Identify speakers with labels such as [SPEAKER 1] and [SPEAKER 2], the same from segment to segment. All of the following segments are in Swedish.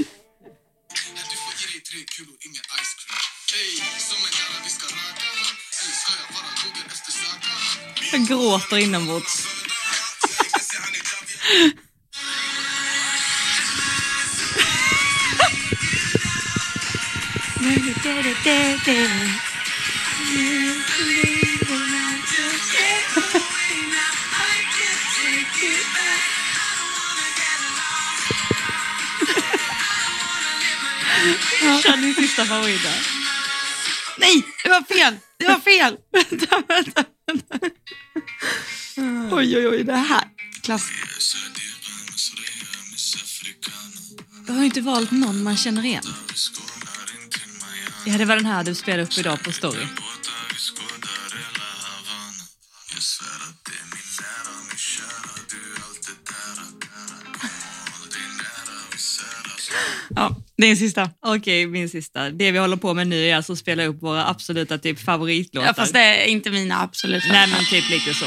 [SPEAKER 1] Du får ge dig tre kulor, ingen ice cream. Ey, som en jävla vi ska röka. Eller ska jag vara gogen efter söka?
[SPEAKER 2] Jag gråter inombords. Kör din sista favorit där.
[SPEAKER 3] Nej, det var fel! Det var fel! vänta, vänta, vänta. Oj, oj, oj, det här. Klass.
[SPEAKER 2] Du har ju inte valt någon man känner igen. Ja, det var den här du spelade upp idag på story.
[SPEAKER 3] Ja, det är en sista.
[SPEAKER 2] Okej, min sista. Det vi håller på med nu är alltså att spela upp våra absoluta typ favoritlåtar.
[SPEAKER 3] Ja, fast det är inte mina absolut.
[SPEAKER 2] Nej, men typ lite så.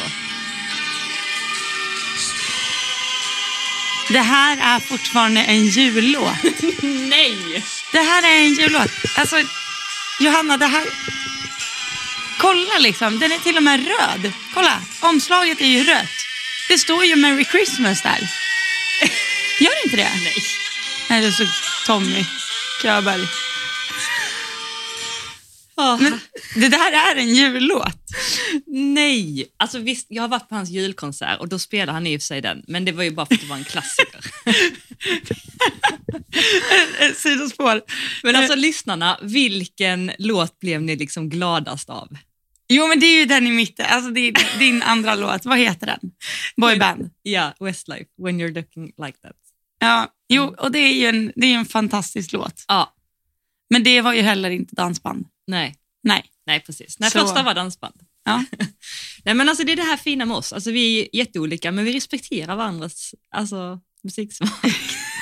[SPEAKER 3] Det här är fortfarande en jullåt.
[SPEAKER 2] Nej!
[SPEAKER 3] Det här är en jullåt. Alltså, Johanna, det här... Kolla liksom, den är till och med röd. Kolla, omslaget är ju rött. Det står ju Merry Christmas där. Gör det inte det? Nej. Nej, det står Tommy Körberg. Men det där är en jullåt.
[SPEAKER 2] Nej! Alltså visst, jag har varit på hans julkonsert och då spelade han i och för sig den, men det var ju bara för att det var en klassiker.
[SPEAKER 3] Eh, Sidospår. Eh,
[SPEAKER 2] Men alltså lyssnarna, vilken låt blev ni liksom gladast av?
[SPEAKER 3] Jo, men det är ju den i mitten. Alltså, det är din andra låt. Vad heter den? Boyband.
[SPEAKER 2] Ja, Westlife, When You're Looking Like That.
[SPEAKER 3] Ja,
[SPEAKER 2] Mm.
[SPEAKER 3] jo, och det är ju en, det är ju en fantastisk låt.
[SPEAKER 2] Ja,
[SPEAKER 3] Men det var ju heller inte dansband.
[SPEAKER 2] nej,
[SPEAKER 3] Nej.
[SPEAKER 2] nej precis. Nej,
[SPEAKER 3] Så.
[SPEAKER 2] första var dansband.
[SPEAKER 3] Ja.
[SPEAKER 2] Nej, men alltså det är det här fina med oss. Alltså vi är jätteolika, men vi respekterar varandras alltså, musiksmak.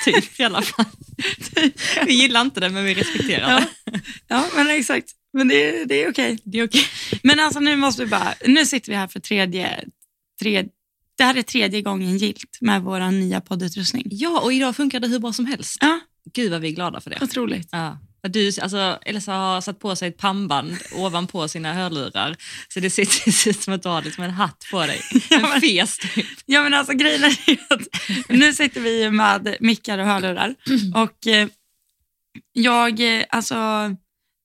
[SPEAKER 2] typ i alla fall. vi gillar inte det, men vi respekterar
[SPEAKER 3] Ja.
[SPEAKER 2] det.
[SPEAKER 3] ja, men exakt. Men det, det är okej.
[SPEAKER 2] Det är okej.
[SPEAKER 3] Men alltså nu måste vi bara, nu sitter vi här för tredje, tredje det här är tredje gången gilt med vår nya poddutrustning.
[SPEAKER 2] Ja, och idag funkar det hur bra som helst.
[SPEAKER 3] Ja,
[SPEAKER 2] Gud vad vi är glada för det.
[SPEAKER 3] otroligt.
[SPEAKER 2] Ja. Och Du, alltså, Elsa har satt på sig ett pannband ovanpå sina hörlurar, så det sitter- det ser ut som att du har liksom en hatt på dig. En fes typ.
[SPEAKER 3] Ja men alltså grejen är ju att nu sitter vi ju med mickar och hörlurar
[SPEAKER 2] Mm.
[SPEAKER 3] och eh, jag, eh, alltså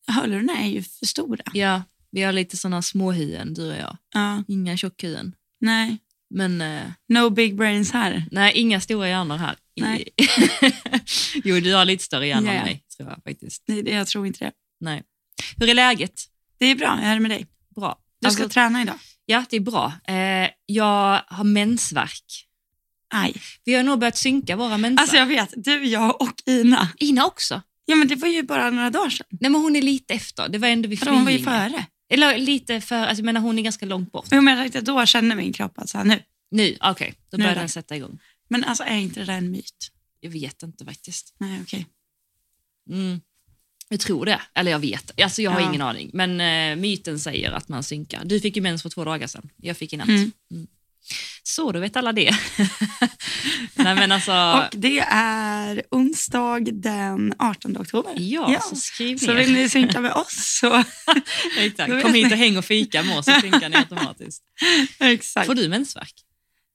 [SPEAKER 3] hörlurarna är ju för stora.
[SPEAKER 2] Ja, vi har lite sådana småhyen, du och jag.
[SPEAKER 3] Ja,
[SPEAKER 2] Inga tjockhyen.
[SPEAKER 3] nej,
[SPEAKER 2] Men eh,
[SPEAKER 3] no big brains här.
[SPEAKER 2] nej, inga stora hjärnor här.
[SPEAKER 3] Nej.
[SPEAKER 2] jo, du har lite större hjärna
[SPEAKER 3] Ja.
[SPEAKER 2] än mig, tror jag faktiskt.
[SPEAKER 3] Nej, det- jag tror inte det.
[SPEAKER 2] Nej. Hur är läget?
[SPEAKER 3] Det är bra, jag är med dig.
[SPEAKER 2] Bra.
[SPEAKER 3] Du ska
[SPEAKER 2] Alltså,
[SPEAKER 3] träna idag.
[SPEAKER 2] ja, det är bra. Eh, jag har mensvärk.
[SPEAKER 3] Aj.
[SPEAKER 2] Vi har nog börjat synka våra mensar.
[SPEAKER 3] Alltså jag vet, du, jag och Ina.
[SPEAKER 2] Ina också.
[SPEAKER 3] Ja men det var ju bara några dagar sedan.
[SPEAKER 2] Nej, men hon är lite efter. Det var ändå vid
[SPEAKER 3] För hon var ju
[SPEAKER 2] Flyinge.
[SPEAKER 3] före.
[SPEAKER 2] Eller lite för, alltså, jag menar hon är ganska långt bort.
[SPEAKER 3] Jo, men jag tänkte, då känner min kropp att så här, nu.
[SPEAKER 2] Nu, okej, då
[SPEAKER 3] Nu
[SPEAKER 2] börjar
[SPEAKER 3] då.
[SPEAKER 2] den sätta igång.
[SPEAKER 3] Men alltså är inte det där en myt?
[SPEAKER 2] Jag vet inte faktiskt.
[SPEAKER 3] Nej, okej.
[SPEAKER 2] Mm. Jag tror det, eller jag vet. Alltså jag har
[SPEAKER 3] Ja.
[SPEAKER 2] ingen aning. Men eh, myten säger att man synkar. Du fick ju mens för två dagar sedan, jag fick i natt.
[SPEAKER 3] Mm.
[SPEAKER 2] Så, då vet alla det. Nej men alltså,
[SPEAKER 3] Och det är onsdag den 18 oktober.
[SPEAKER 2] ja, så skriv
[SPEAKER 3] Så
[SPEAKER 2] ner.
[SPEAKER 3] vill ni synka med oss så... då
[SPEAKER 2] Exakt.
[SPEAKER 3] vet
[SPEAKER 2] Kom hit
[SPEAKER 3] ni.
[SPEAKER 2] och häng och fika med oss så synkar ni automatiskt.
[SPEAKER 3] Exakt.
[SPEAKER 2] Får du mensvärk?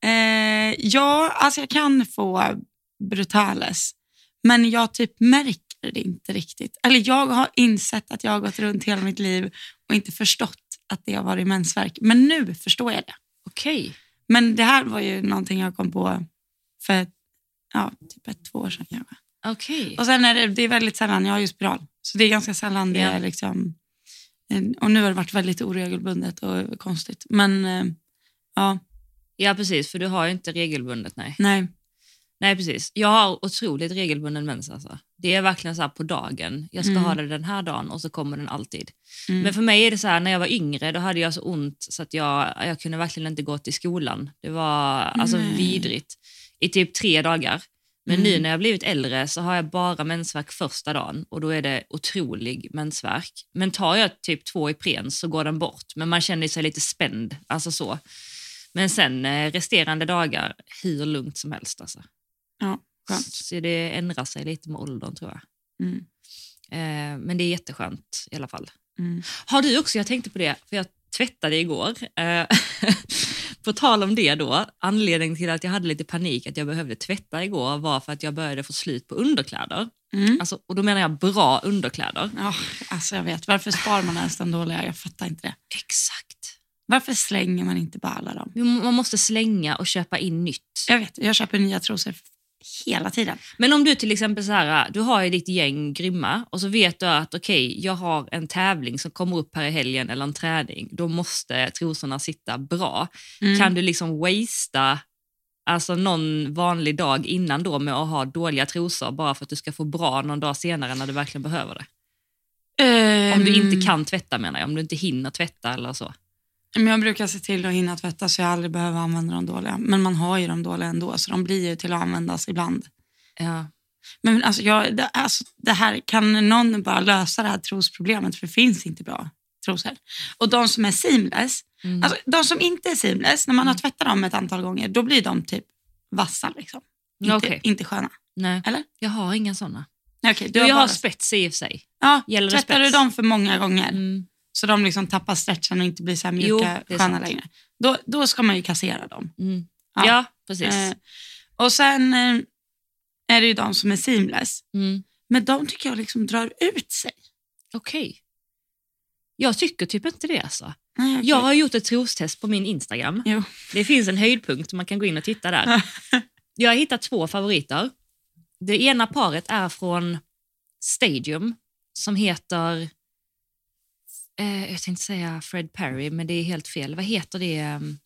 [SPEAKER 3] Eh, ja, alltså jag kan få brutales, men jag typ märker det inte riktigt. Eller jag har insett att jag har gått runt hela mitt liv och inte förstått att det har varit mensvärk. Men nu förstår jag det.
[SPEAKER 2] Okej.
[SPEAKER 3] Men det här var ju någonting jag kom på för ja, typ ett, två år sedan kanske.
[SPEAKER 2] Okej.
[SPEAKER 3] Och sen är det, det är väldigt sällan, jag har ju spiral, så det är ganska sällan det
[SPEAKER 2] Ja.
[SPEAKER 3] är liksom... en- Och nu har det varit väldigt oregelbundet och konstigt. Men eh, ja,
[SPEAKER 2] Ja precis, för du har ju inte regelbundet, nej.
[SPEAKER 3] nej.
[SPEAKER 2] Nej, precis. Jag har otroligt regelbunden mens. Alltså. Det är verkligen så här på dagen. Jag ska
[SPEAKER 3] Mm.
[SPEAKER 2] ha det den här dagen och så kommer den alltid.
[SPEAKER 3] Mm.
[SPEAKER 2] Men för mig är det så här, när jag var yngre då hade jag så ont så att jag, jag kunde verkligen inte gå till skolan. Det var alltså
[SPEAKER 3] Nej.
[SPEAKER 2] vidrigt i typ tre dagar. Men
[SPEAKER 3] Mm.
[SPEAKER 2] nu när jag blivit äldre så har jag bara mensvärk första dagen och då är det otrolig mensvärk. Men tar jag typ två Ipren så går den bort, men man känner sig lite spänd. Alltså så. Men sen eh, resterande dagar, hur lugnt som helst. Alltså.
[SPEAKER 3] Ja, skönt.
[SPEAKER 2] Så det ändrar sig lite med åldern tror jag.
[SPEAKER 3] Mm.
[SPEAKER 2] Eh, men det är jätteskönt i alla fall.
[SPEAKER 3] Mm.
[SPEAKER 2] Har du också, jag tänkte på det, för jag tvättade igår. Eh, på tal om det då, anledningen till att jag hade lite panik att jag behövde tvätta igår var för att jag började få slut på underkläder.
[SPEAKER 3] Mm.
[SPEAKER 2] Alltså, och då menar jag bra underkläder.
[SPEAKER 3] Ja, alltså jag vet. Varför sparar man ens de dåliga? Jag fattar inte det.
[SPEAKER 2] Exakt.
[SPEAKER 3] Varför slänger man inte bara alla dem?
[SPEAKER 2] Man måste slänga och köpa in nytt.
[SPEAKER 3] Jag vet, jag köper nya trosor hela tiden.
[SPEAKER 2] Men om du till exempel så här, du har ju ditt gäng grymma och så vet du att okej, jag har en tävling som kommer upp här i helgen eller en träning, då måste trosorna sitta bra. Kan du liksom wastea alltså någon vanlig dag innan då med att ha dåliga trosor bara för att du ska få bra någon dag senare när du verkligen behöver det? Om du
[SPEAKER 3] Ehm,
[SPEAKER 2] inte kan tvätta menar jag, om du inte hinner tvätta eller så.
[SPEAKER 3] Men jag brukar se till att hinna tvätta så jag aldrig behöver använda de dåliga. Men man har ju de dåliga ändå så de blir ju till att användas ibland.
[SPEAKER 2] Ja.
[SPEAKER 3] Men alltså, jag, det, alltså, det här, kan någon bara lösa det här trosproblemet för det finns inte bra trosor. Och de som är seamless,
[SPEAKER 2] Mm.
[SPEAKER 3] alltså, de som inte är seamless, när man har
[SPEAKER 2] Mm.
[SPEAKER 3] tvättat dem ett antal gånger, då blir de typ vassa liksom. Inte,
[SPEAKER 2] Ja, okej.
[SPEAKER 3] inte sköna.
[SPEAKER 2] Nej,
[SPEAKER 3] eller?
[SPEAKER 2] jag har inga sådana.
[SPEAKER 3] Nej, Okej, du
[SPEAKER 2] Jo, jag
[SPEAKER 3] bara,
[SPEAKER 2] har spets i och för sig.
[SPEAKER 3] ja,
[SPEAKER 2] Gäller det
[SPEAKER 3] tvättar du
[SPEAKER 2] spets?
[SPEAKER 3] dem för många gånger
[SPEAKER 2] Mm.
[SPEAKER 3] så de liksom tappar stretchen och inte blir så här
[SPEAKER 2] Jo,
[SPEAKER 3] mjuka,
[SPEAKER 2] det är
[SPEAKER 3] sköna
[SPEAKER 2] sant.
[SPEAKER 3] längre. Då, då ska man ju kassera dem.
[SPEAKER 2] Mm.
[SPEAKER 3] Ja.
[SPEAKER 2] Ja. precis.
[SPEAKER 3] Eh, och sen eh, är det ju de som är seamless.
[SPEAKER 2] Mm.
[SPEAKER 3] Men de tycker jag liksom drar ut sig.
[SPEAKER 2] Okej. Jag tycker typ inte det alltså.
[SPEAKER 3] Nej, okej.
[SPEAKER 2] Jag har gjort ett trostest på min Instagram.
[SPEAKER 3] Jo.
[SPEAKER 2] Det finns en höjdpunkt, man kan gå in och titta där. Jag har hittat två favoriter. Det ena paret är från Stadium som heter, eh, jag tänkte säga Fred Perry, men det är helt fel. Vad heter det? ehm?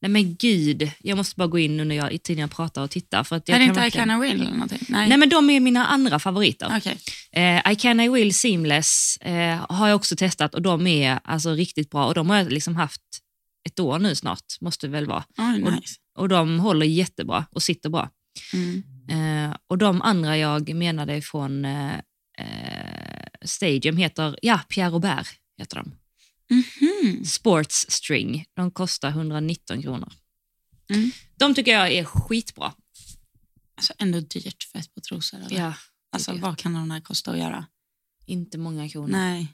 [SPEAKER 2] Nej men gud, jag måste bara gå in nu när jag, tiden jag pratar och titta. För att jag
[SPEAKER 3] är det
[SPEAKER 2] kan
[SPEAKER 3] inte I
[SPEAKER 2] verkligen-
[SPEAKER 3] Can I Will eller någonting? Nej.
[SPEAKER 2] Nej men de är mina andra favoriter.
[SPEAKER 3] Okej.
[SPEAKER 2] Eh, I can, I will, seamless eh, har jag också testat och de är alltså riktigt bra och de har jag liksom haft ett år nu snart, måste det väl vara.
[SPEAKER 3] Oj,
[SPEAKER 2] Och-
[SPEAKER 3] nice.
[SPEAKER 2] Och de håller jättebra och sitter bra.
[SPEAKER 3] Mm.
[SPEAKER 2] Eh, och de andra jag menade från eh, eh, Stadium heter, ja, Pierre Robert heter de. Hmm.
[SPEAKER 3] Mhm.
[SPEAKER 2] Sports String. De kostar 119 kronor.
[SPEAKER 3] Mm.
[SPEAKER 2] De tycker jag är skitbra.
[SPEAKER 3] Alltså ändå dyrt för ett par trosor. Eller?
[SPEAKER 2] Ja,
[SPEAKER 3] alltså,
[SPEAKER 2] tycker
[SPEAKER 3] vad kan de här kosta att göra?
[SPEAKER 2] inte många kronor.
[SPEAKER 3] Nej.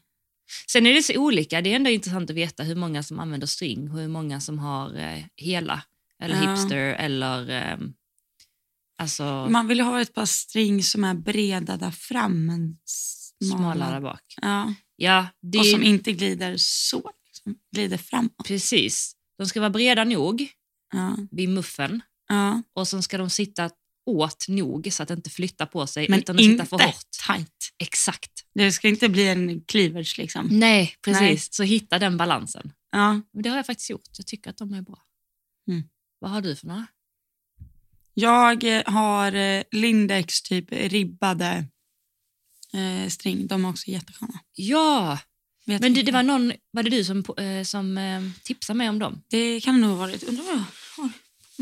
[SPEAKER 2] Sen är det så olika. Det är ändå intressant att veta hur många som använder string och hur många som har eh, hela eller
[SPEAKER 3] Ja.
[SPEAKER 2] hipster eller ehm, alltså
[SPEAKER 3] Man vill ju ha ett par string som är breda där fram men smala.
[SPEAKER 2] smala där bak.
[SPEAKER 3] Ja.
[SPEAKER 2] Ja, det
[SPEAKER 3] Och
[SPEAKER 2] är
[SPEAKER 3] som inte glider så. Liksom. Glider framåt.
[SPEAKER 2] precis. De ska vara breda nog
[SPEAKER 3] Ja.
[SPEAKER 2] vid muffen
[SPEAKER 3] Ja.
[SPEAKER 2] och sen ska de sitta åt nog så att det inte flyttar på sig
[SPEAKER 3] Men
[SPEAKER 2] utan att
[SPEAKER 3] inte
[SPEAKER 2] sitta för hårt.
[SPEAKER 3] tight.
[SPEAKER 2] Exakt.
[SPEAKER 3] Det ska inte bli en cleavage liksom.
[SPEAKER 2] Nej, precis.
[SPEAKER 3] Nej.
[SPEAKER 2] Så hitta den balansen.
[SPEAKER 3] Ja.
[SPEAKER 2] Men det har jag faktiskt gjort. Jag tycker att de är bra.
[SPEAKER 3] Mm.
[SPEAKER 2] Vad har du för några?
[SPEAKER 3] Jag eh, har eh, Lindex typ ribbade eh, string. De är också jättesköna.
[SPEAKER 2] Ja,
[SPEAKER 3] Vet
[SPEAKER 2] men det,
[SPEAKER 3] inte.
[SPEAKER 2] det var någon, var det du som, eh, som eh, tipsade mig om dem?
[SPEAKER 3] Det kan det nog ha varit. Undrar vad jag har på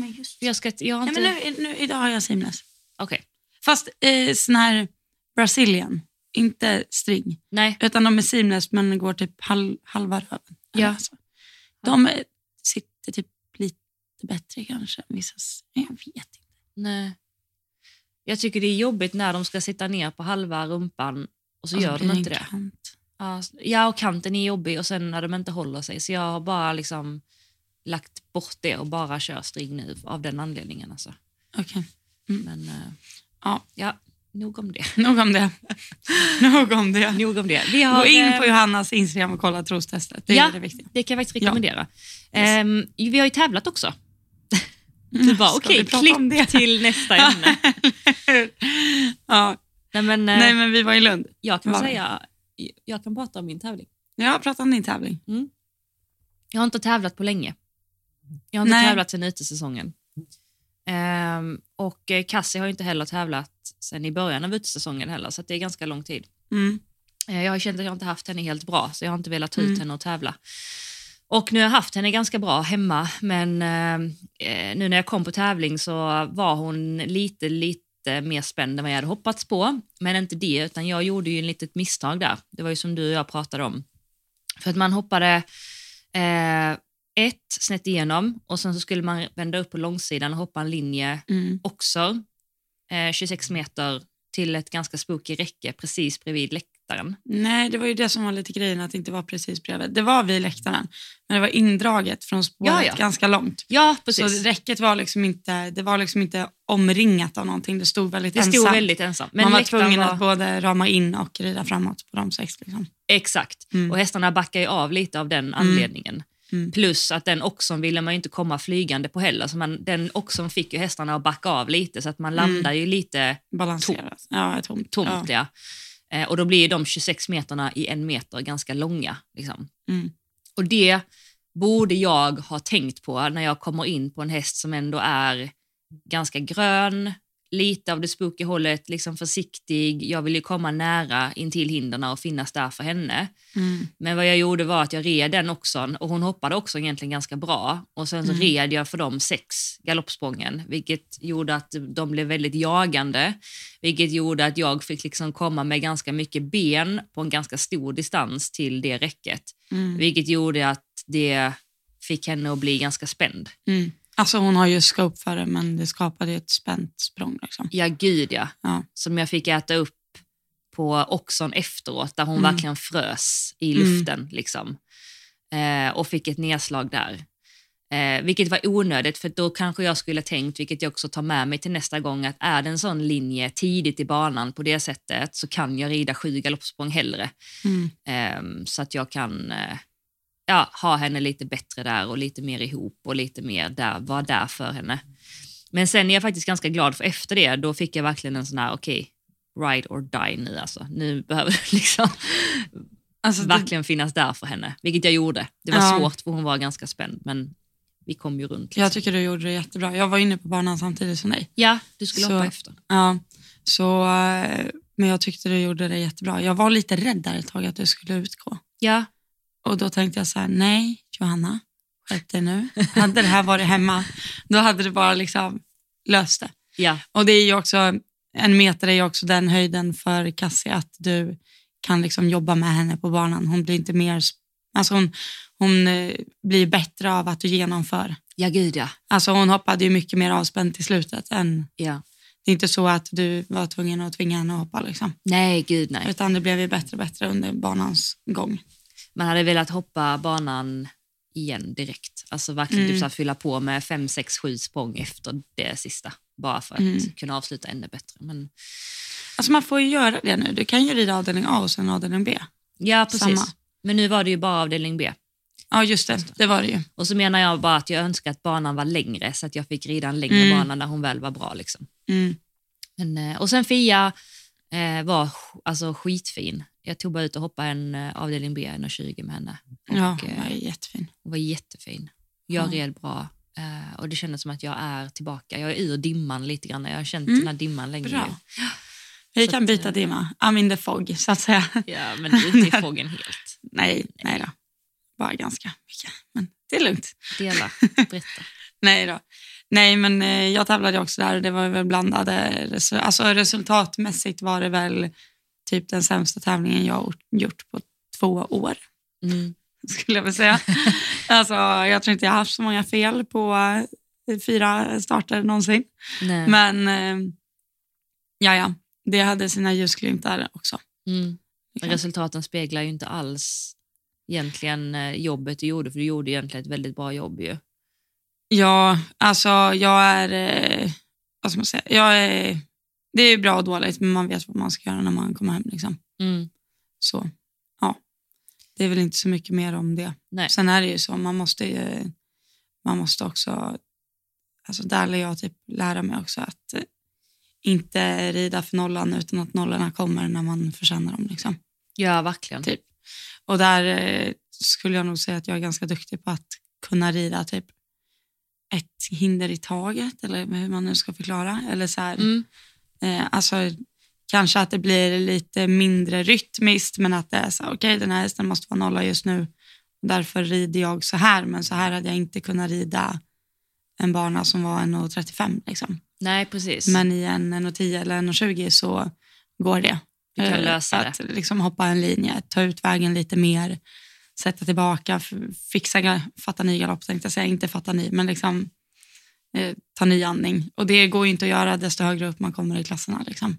[SPEAKER 3] mig just.
[SPEAKER 2] Jag ska, jag har
[SPEAKER 3] Nej,
[SPEAKER 2] inte...
[SPEAKER 3] men nu, nu, idag har jag seamless.
[SPEAKER 2] Okej.
[SPEAKER 3] Fast eh, sån här Brazilian, inte string.
[SPEAKER 2] Nej.
[SPEAKER 3] Utan de är seamless men går typ halv, halva röven.
[SPEAKER 2] Ja.
[SPEAKER 3] Eller så. De eh, sitter typ lite bättre kanske. än Vissa, s- jag vet inte.
[SPEAKER 2] Nej. Jag tycker det är jobbigt när de ska sitta ner på halva rumpan och så
[SPEAKER 3] Och
[SPEAKER 2] gör
[SPEAKER 3] Alltså, blir
[SPEAKER 2] de inte
[SPEAKER 3] en
[SPEAKER 2] det.
[SPEAKER 3] kant.
[SPEAKER 2] Ja, s- Ja, och kanten är jobbig och sen när de inte håller sig. Så jag har bara liksom lagt bort det och bara kör string nu av den anledningen. Alltså.
[SPEAKER 3] Okej,
[SPEAKER 2] Men eh,
[SPEAKER 3] Ja.
[SPEAKER 2] ja, nog om det.
[SPEAKER 3] nog om det. nog om det.
[SPEAKER 2] Nog om det. Vi har,
[SPEAKER 3] Gå in
[SPEAKER 2] eh,
[SPEAKER 3] på Johannas Instagram och kolla trostestet. Det är
[SPEAKER 2] Ja.
[SPEAKER 3] det viktiga.
[SPEAKER 2] det kan jag faktiskt
[SPEAKER 3] Ja.
[SPEAKER 2] rekommendera.
[SPEAKER 3] Yes.
[SPEAKER 2] Ehm, vi har ju tävlat också. Du bara,
[SPEAKER 3] Mm. Ska
[SPEAKER 2] okej,
[SPEAKER 3] vi prata om det?
[SPEAKER 2] klipp till nästa ämne.
[SPEAKER 3] ja.
[SPEAKER 2] Nej, men, eh,
[SPEAKER 3] Nej, men vi var i Lund.
[SPEAKER 2] jag kan
[SPEAKER 3] Var det?
[SPEAKER 2] säga, jag kan prata om min tävling.
[SPEAKER 3] Ja, prata om din tävling.
[SPEAKER 2] Jag har inte tävlat på länge. Jag har inte
[SPEAKER 3] Nej.
[SPEAKER 2] tävlat sedan utesäsongen. Ehm, och eh, Cassie har ju inte heller tävlat sedan i början av utesäsongen heller, så att det är ganska lång tid.
[SPEAKER 3] Mm.
[SPEAKER 2] Eh, jag har känt att jag inte haft henne helt bra, så jag har inte velat ta ut
[SPEAKER 3] Mm.
[SPEAKER 2] henne och tävla. Och nu har jag haft henne ganska bra hemma, men eh, eh, nu när jag kom på tävling så var hon lite, lite mer spänd än vad jag hade hoppats på. Men inte det, utan jag gjorde ju ett litet misstag där. Det var ju som du och jag pratade om. För att man hoppade eh, ett snett igenom och sen så skulle man vända upp på långsidan och hoppa en linje
[SPEAKER 3] Mm.
[SPEAKER 2] också, eh, 26 meter till ett ganska spooky räcke precis bredvid läktaren.
[SPEAKER 3] Nej, det var ju det som var lite grejen, att det inte var precis bredvid. Det var vid läktaren, men det var indraget från spåret
[SPEAKER 2] Ja, ja.
[SPEAKER 3] ganska långt.
[SPEAKER 2] Ja,
[SPEAKER 3] Så
[SPEAKER 2] precis.
[SPEAKER 3] räcket var liksom inte, det var liksom inte omringat av någonting, det stod väldigt
[SPEAKER 2] Det
[SPEAKER 3] ensamt.
[SPEAKER 2] stod väldigt ensamt. Men
[SPEAKER 3] Man var
[SPEAKER 2] läktaren
[SPEAKER 3] tvungen
[SPEAKER 2] var...
[SPEAKER 3] att både rama in och rida framåt på de sex. Liksom.
[SPEAKER 2] Exakt.
[SPEAKER 3] Mm.
[SPEAKER 2] Och hästarna backar ju av lite av den anledningen.
[SPEAKER 3] Mm.
[SPEAKER 2] Plus att den också ville man ju inte komma flygande på heller. Så man, den också fick ju hästarna att backa av lite så att man
[SPEAKER 3] Mm.
[SPEAKER 2] landar ju lite
[SPEAKER 3] Balanserat. Ja, tomt.
[SPEAKER 2] tomt. Ja. Eh, Och då blir ju de 26 meterna i en meter ganska långa. Liksom.
[SPEAKER 3] Ja. Mm.
[SPEAKER 2] Och det borde jag ha tänkt på när jag kommer in på en häst som ändå är ganska grön, lite av det spooky hållet, liksom försiktig. Jag vill ju komma nära in till hinderna och finnas där för henne.
[SPEAKER 3] Mm.
[SPEAKER 2] Men vad jag gjorde var att jag red den också och hon hoppade också egentligen ganska bra. Och sen så
[SPEAKER 3] Mm.
[SPEAKER 2] red jag för de sex galoppsprången vilket gjorde att de blev väldigt jagande. Vilket gjorde att jag fick liksom komma med ganska mycket ben på en ganska stor distans till det räcket.
[SPEAKER 3] Mm.
[SPEAKER 2] Vilket gjorde att det fick henne att bli ganska spänd.
[SPEAKER 3] Mm. Alltså hon har ju scope för det, men det skapade ju ett spänt språng. Liksom.
[SPEAKER 2] Ja, gud ja.
[SPEAKER 3] Ja.
[SPEAKER 2] Som jag fick äta upp på oxon efteråt där hon
[SPEAKER 3] Mm.
[SPEAKER 2] verkligen frös i
[SPEAKER 3] Mm.
[SPEAKER 2] luften. Liksom. Eh, och fick ett nedslag där. Eh, vilket var onödigt för då kanske jag skulle tänkt, vilket jag också tar med mig till nästa gång, att är det en sån linje tidigt i banan på det sättet så kan jag rida sju galoppsprång hellre.
[SPEAKER 3] Mm.
[SPEAKER 2] Ehm, så att jag kan eh, ja, ha henne lite bättre där och lite mer ihop och lite mer där, vara där för henne. Men sen är jag faktiskt ganska glad för efter det, då fick jag verkligen en sån här, okej, ride or die nu alltså. Nu behöver du liksom
[SPEAKER 3] Alltså, det,
[SPEAKER 2] verkligen finnas där för henne, vilket jag gjorde. Det var
[SPEAKER 3] Ja.
[SPEAKER 2] svårt för hon var ganska spänd, men vi kom ju runt. Liksom.
[SPEAKER 3] jag tycker du gjorde det jättebra. Jag var inne på banan samtidigt som dig.
[SPEAKER 2] Ja, du skulle
[SPEAKER 3] Så-
[SPEAKER 2] hoppa efter.
[SPEAKER 3] Ja, så, eh, men jag tyckte du gjorde det jättebra. Jag var lite rädd där ett tag att du skulle utgå.
[SPEAKER 2] Ja,
[SPEAKER 3] Och då tänkte jag så här, nej Johanna, skärp dig nu. Hade det här varit hemma, då hade det bara liksom löst det.
[SPEAKER 2] ja,
[SPEAKER 3] Och det är ju också, en meter är ju också den höjden för Cassie att du kan liksom jobba med henne på banan. Hon blir inte mer, alltså hon, hon eh, blir bättre av att du genomför.
[SPEAKER 2] ja gud ja.
[SPEAKER 3] Alltså hon hoppade ju mycket mer avspänt i slutet än
[SPEAKER 2] ja.
[SPEAKER 3] det är inte så att du var tvungen att tvinga henne att hoppa. Liksom.
[SPEAKER 2] Nej, gud nej.
[SPEAKER 3] Utan det blev ju bättre och bättre under banans gång.
[SPEAKER 2] man hade velat hoppa banan igen direkt. Alltså verkligen
[SPEAKER 3] Mm.
[SPEAKER 2] typ så här fylla på med fem, sex, sju språng efter det sista. Bara för att
[SPEAKER 3] Mm.
[SPEAKER 2] kunna avsluta ännu bättre. Men,
[SPEAKER 3] Alltså man får ju göra det nu. Du kan ju rida avdelning A och sen avdelning B.
[SPEAKER 2] ja, precis.
[SPEAKER 3] Samma.
[SPEAKER 2] Men nu var det ju bara avdelning B.
[SPEAKER 3] Ja, just det. Det var det ju.
[SPEAKER 2] Och så menar jag bara att jag önskar att banan var längre så att jag fick rida en längre
[SPEAKER 3] Mm.
[SPEAKER 2] bana när hon väl var bra. Liksom.
[SPEAKER 3] Mm.
[SPEAKER 2] Men, eh, och sen Fia eh, var sk- alltså, skitfin. Jag tog bara ut och hoppade en eh, avdelning B, 1,20 med henne. Och,
[SPEAKER 3] Ja, hon
[SPEAKER 2] eh,
[SPEAKER 3] var ju jättefin.
[SPEAKER 2] Hon var jättefin. Jag
[SPEAKER 3] Ja.
[SPEAKER 2] red bra eh, och det kändes som att jag är tillbaka. Jag är ur dimman lite grann. Jag har känt
[SPEAKER 3] Mm.
[SPEAKER 2] den här dimman länge.
[SPEAKER 3] Bra.
[SPEAKER 2] nu.
[SPEAKER 3] Vi
[SPEAKER 2] Så
[SPEAKER 3] kan
[SPEAKER 2] att,
[SPEAKER 3] byta
[SPEAKER 2] eh,
[SPEAKER 3] dimma. I'm in the fog, så att säga.
[SPEAKER 2] Ja, men du är inte i fågeln helt.
[SPEAKER 3] Nej, nej då. Bara ganska mycket. Men det är lugnt.
[SPEAKER 2] Dela, berätta.
[SPEAKER 3] Nej då. Nej, men eh, jag tävlade också där och det var väl blandade resu- alltså resultatmässigt var det väl typ den sämsta tävlingen jag har gjort på två år.
[SPEAKER 2] Mm.
[SPEAKER 3] skulle jag väl säga. alltså, jag tror inte jag har haft så många fel på eh, fyra starter någonsin.
[SPEAKER 2] Nej.
[SPEAKER 3] Men eh, ja, ja, det hade sina ljusglimtar också.
[SPEAKER 2] Mm. Men Resultaten speglar ju inte alls egentligen eh, jobbet du gjorde, för du gjorde egentligen ett väldigt bra jobb ju.
[SPEAKER 3] Ja, alltså jag är, eh, vad ska man säga, jag är, det är bra och dåligt men man vet vad man ska göra när man kommer hem. Liksom.
[SPEAKER 2] Mm.
[SPEAKER 3] Så ja, det är väl inte så mycket mer om det.
[SPEAKER 2] Nej.
[SPEAKER 3] Sen är det ju så, man måste ju, man måste också, alltså där lär jag typ lära mig också att eh, inte rida för nollan utan att nollorna kommer när man förtjänar dem. Liksom.
[SPEAKER 2] Ja, verkligen.
[SPEAKER 3] Typ. Och där eh, skulle jag nog säga att jag är ganska duktig på att kunna rida typ ett hinder i taget eller hur man nu ska förklara. Eller så här,
[SPEAKER 2] Mm.
[SPEAKER 3] eh, alltså, kanske att det blir lite mindre rytmiskt men att det är så här, okej den här hästen måste vara nolla just nu. Därför rider jag så här men så här hade jag inte kunnat rida en bana som var 1,35 liksom.
[SPEAKER 2] Nej, precis.
[SPEAKER 3] Men i en 1,10 eller 1,20 så går det.
[SPEAKER 2] du kan
[SPEAKER 3] Eh,
[SPEAKER 2] lösa det.
[SPEAKER 3] att liksom hoppa en linje, ta ut vägen lite mer, sätta tillbaka, f- fixa, ga- fatta ny galopp tänkte jag säga, inte fatta ny, men liksom eh, ta ny andning. Och det går ju inte att göra desto högre upp man kommer i klasserna. Liksom.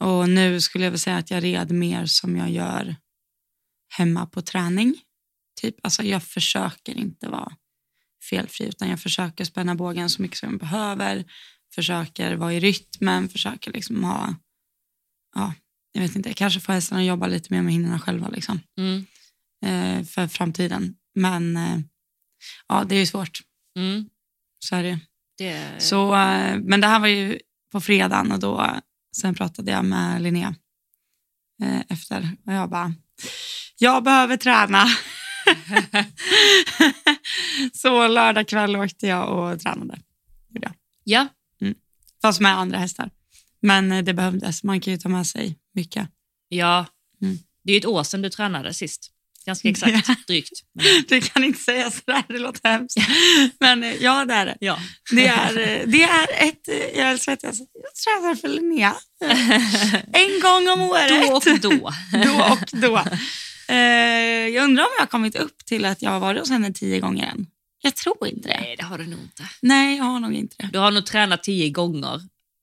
[SPEAKER 3] Och nu skulle jag väl säga att jag red mer som jag gör hemma på träning. Typ. Alltså jag försöker inte vara felfri utan jag försöker spänna bågen så mycket som jag behöver. Försöker vara i rytmen, försöker liksom ha, ja, jag vet inte, kanske få hästarna att jobba lite mer med hinnorna själva liksom,
[SPEAKER 2] Mm.
[SPEAKER 3] eh, för framtiden. Men eh, ja, det är ju svårt.
[SPEAKER 2] Mm.
[SPEAKER 3] Så är det ju.
[SPEAKER 2] Det,
[SPEAKER 3] Så, eh, men det här var ju på fredagen och då, sen pratade jag med Linnea eh, efter och jag bara, jag behöver träna. så lördag kväll åkte jag och tränade, gjorde jag.
[SPEAKER 2] ja,
[SPEAKER 3] fast med andra hästar. Men eh, det behövdes, man kan ju ta med sig mycket.
[SPEAKER 2] ja.
[SPEAKER 3] Mm.
[SPEAKER 2] Det är ju ett år sedan du tränade sist. Ganska exakt, drygt. Men,
[SPEAKER 3] Du kan inte säga sådär, det låter hemskt. Men eh, ja, det är det.
[SPEAKER 2] ja.
[SPEAKER 3] Det är, eh, det är ett, eh, jag är svettas, jag tränar för Linnea. En gång om året.
[SPEAKER 2] Då och då.
[SPEAKER 3] då och då. Eh, jag undrar om jag har kommit upp till att jag har varit hos henne tio gånger än. Jag tror inte det.
[SPEAKER 2] Nej, det har du nog inte.
[SPEAKER 3] Nej, jag har nog inte det.
[SPEAKER 2] Du har nog tränat tio gånger.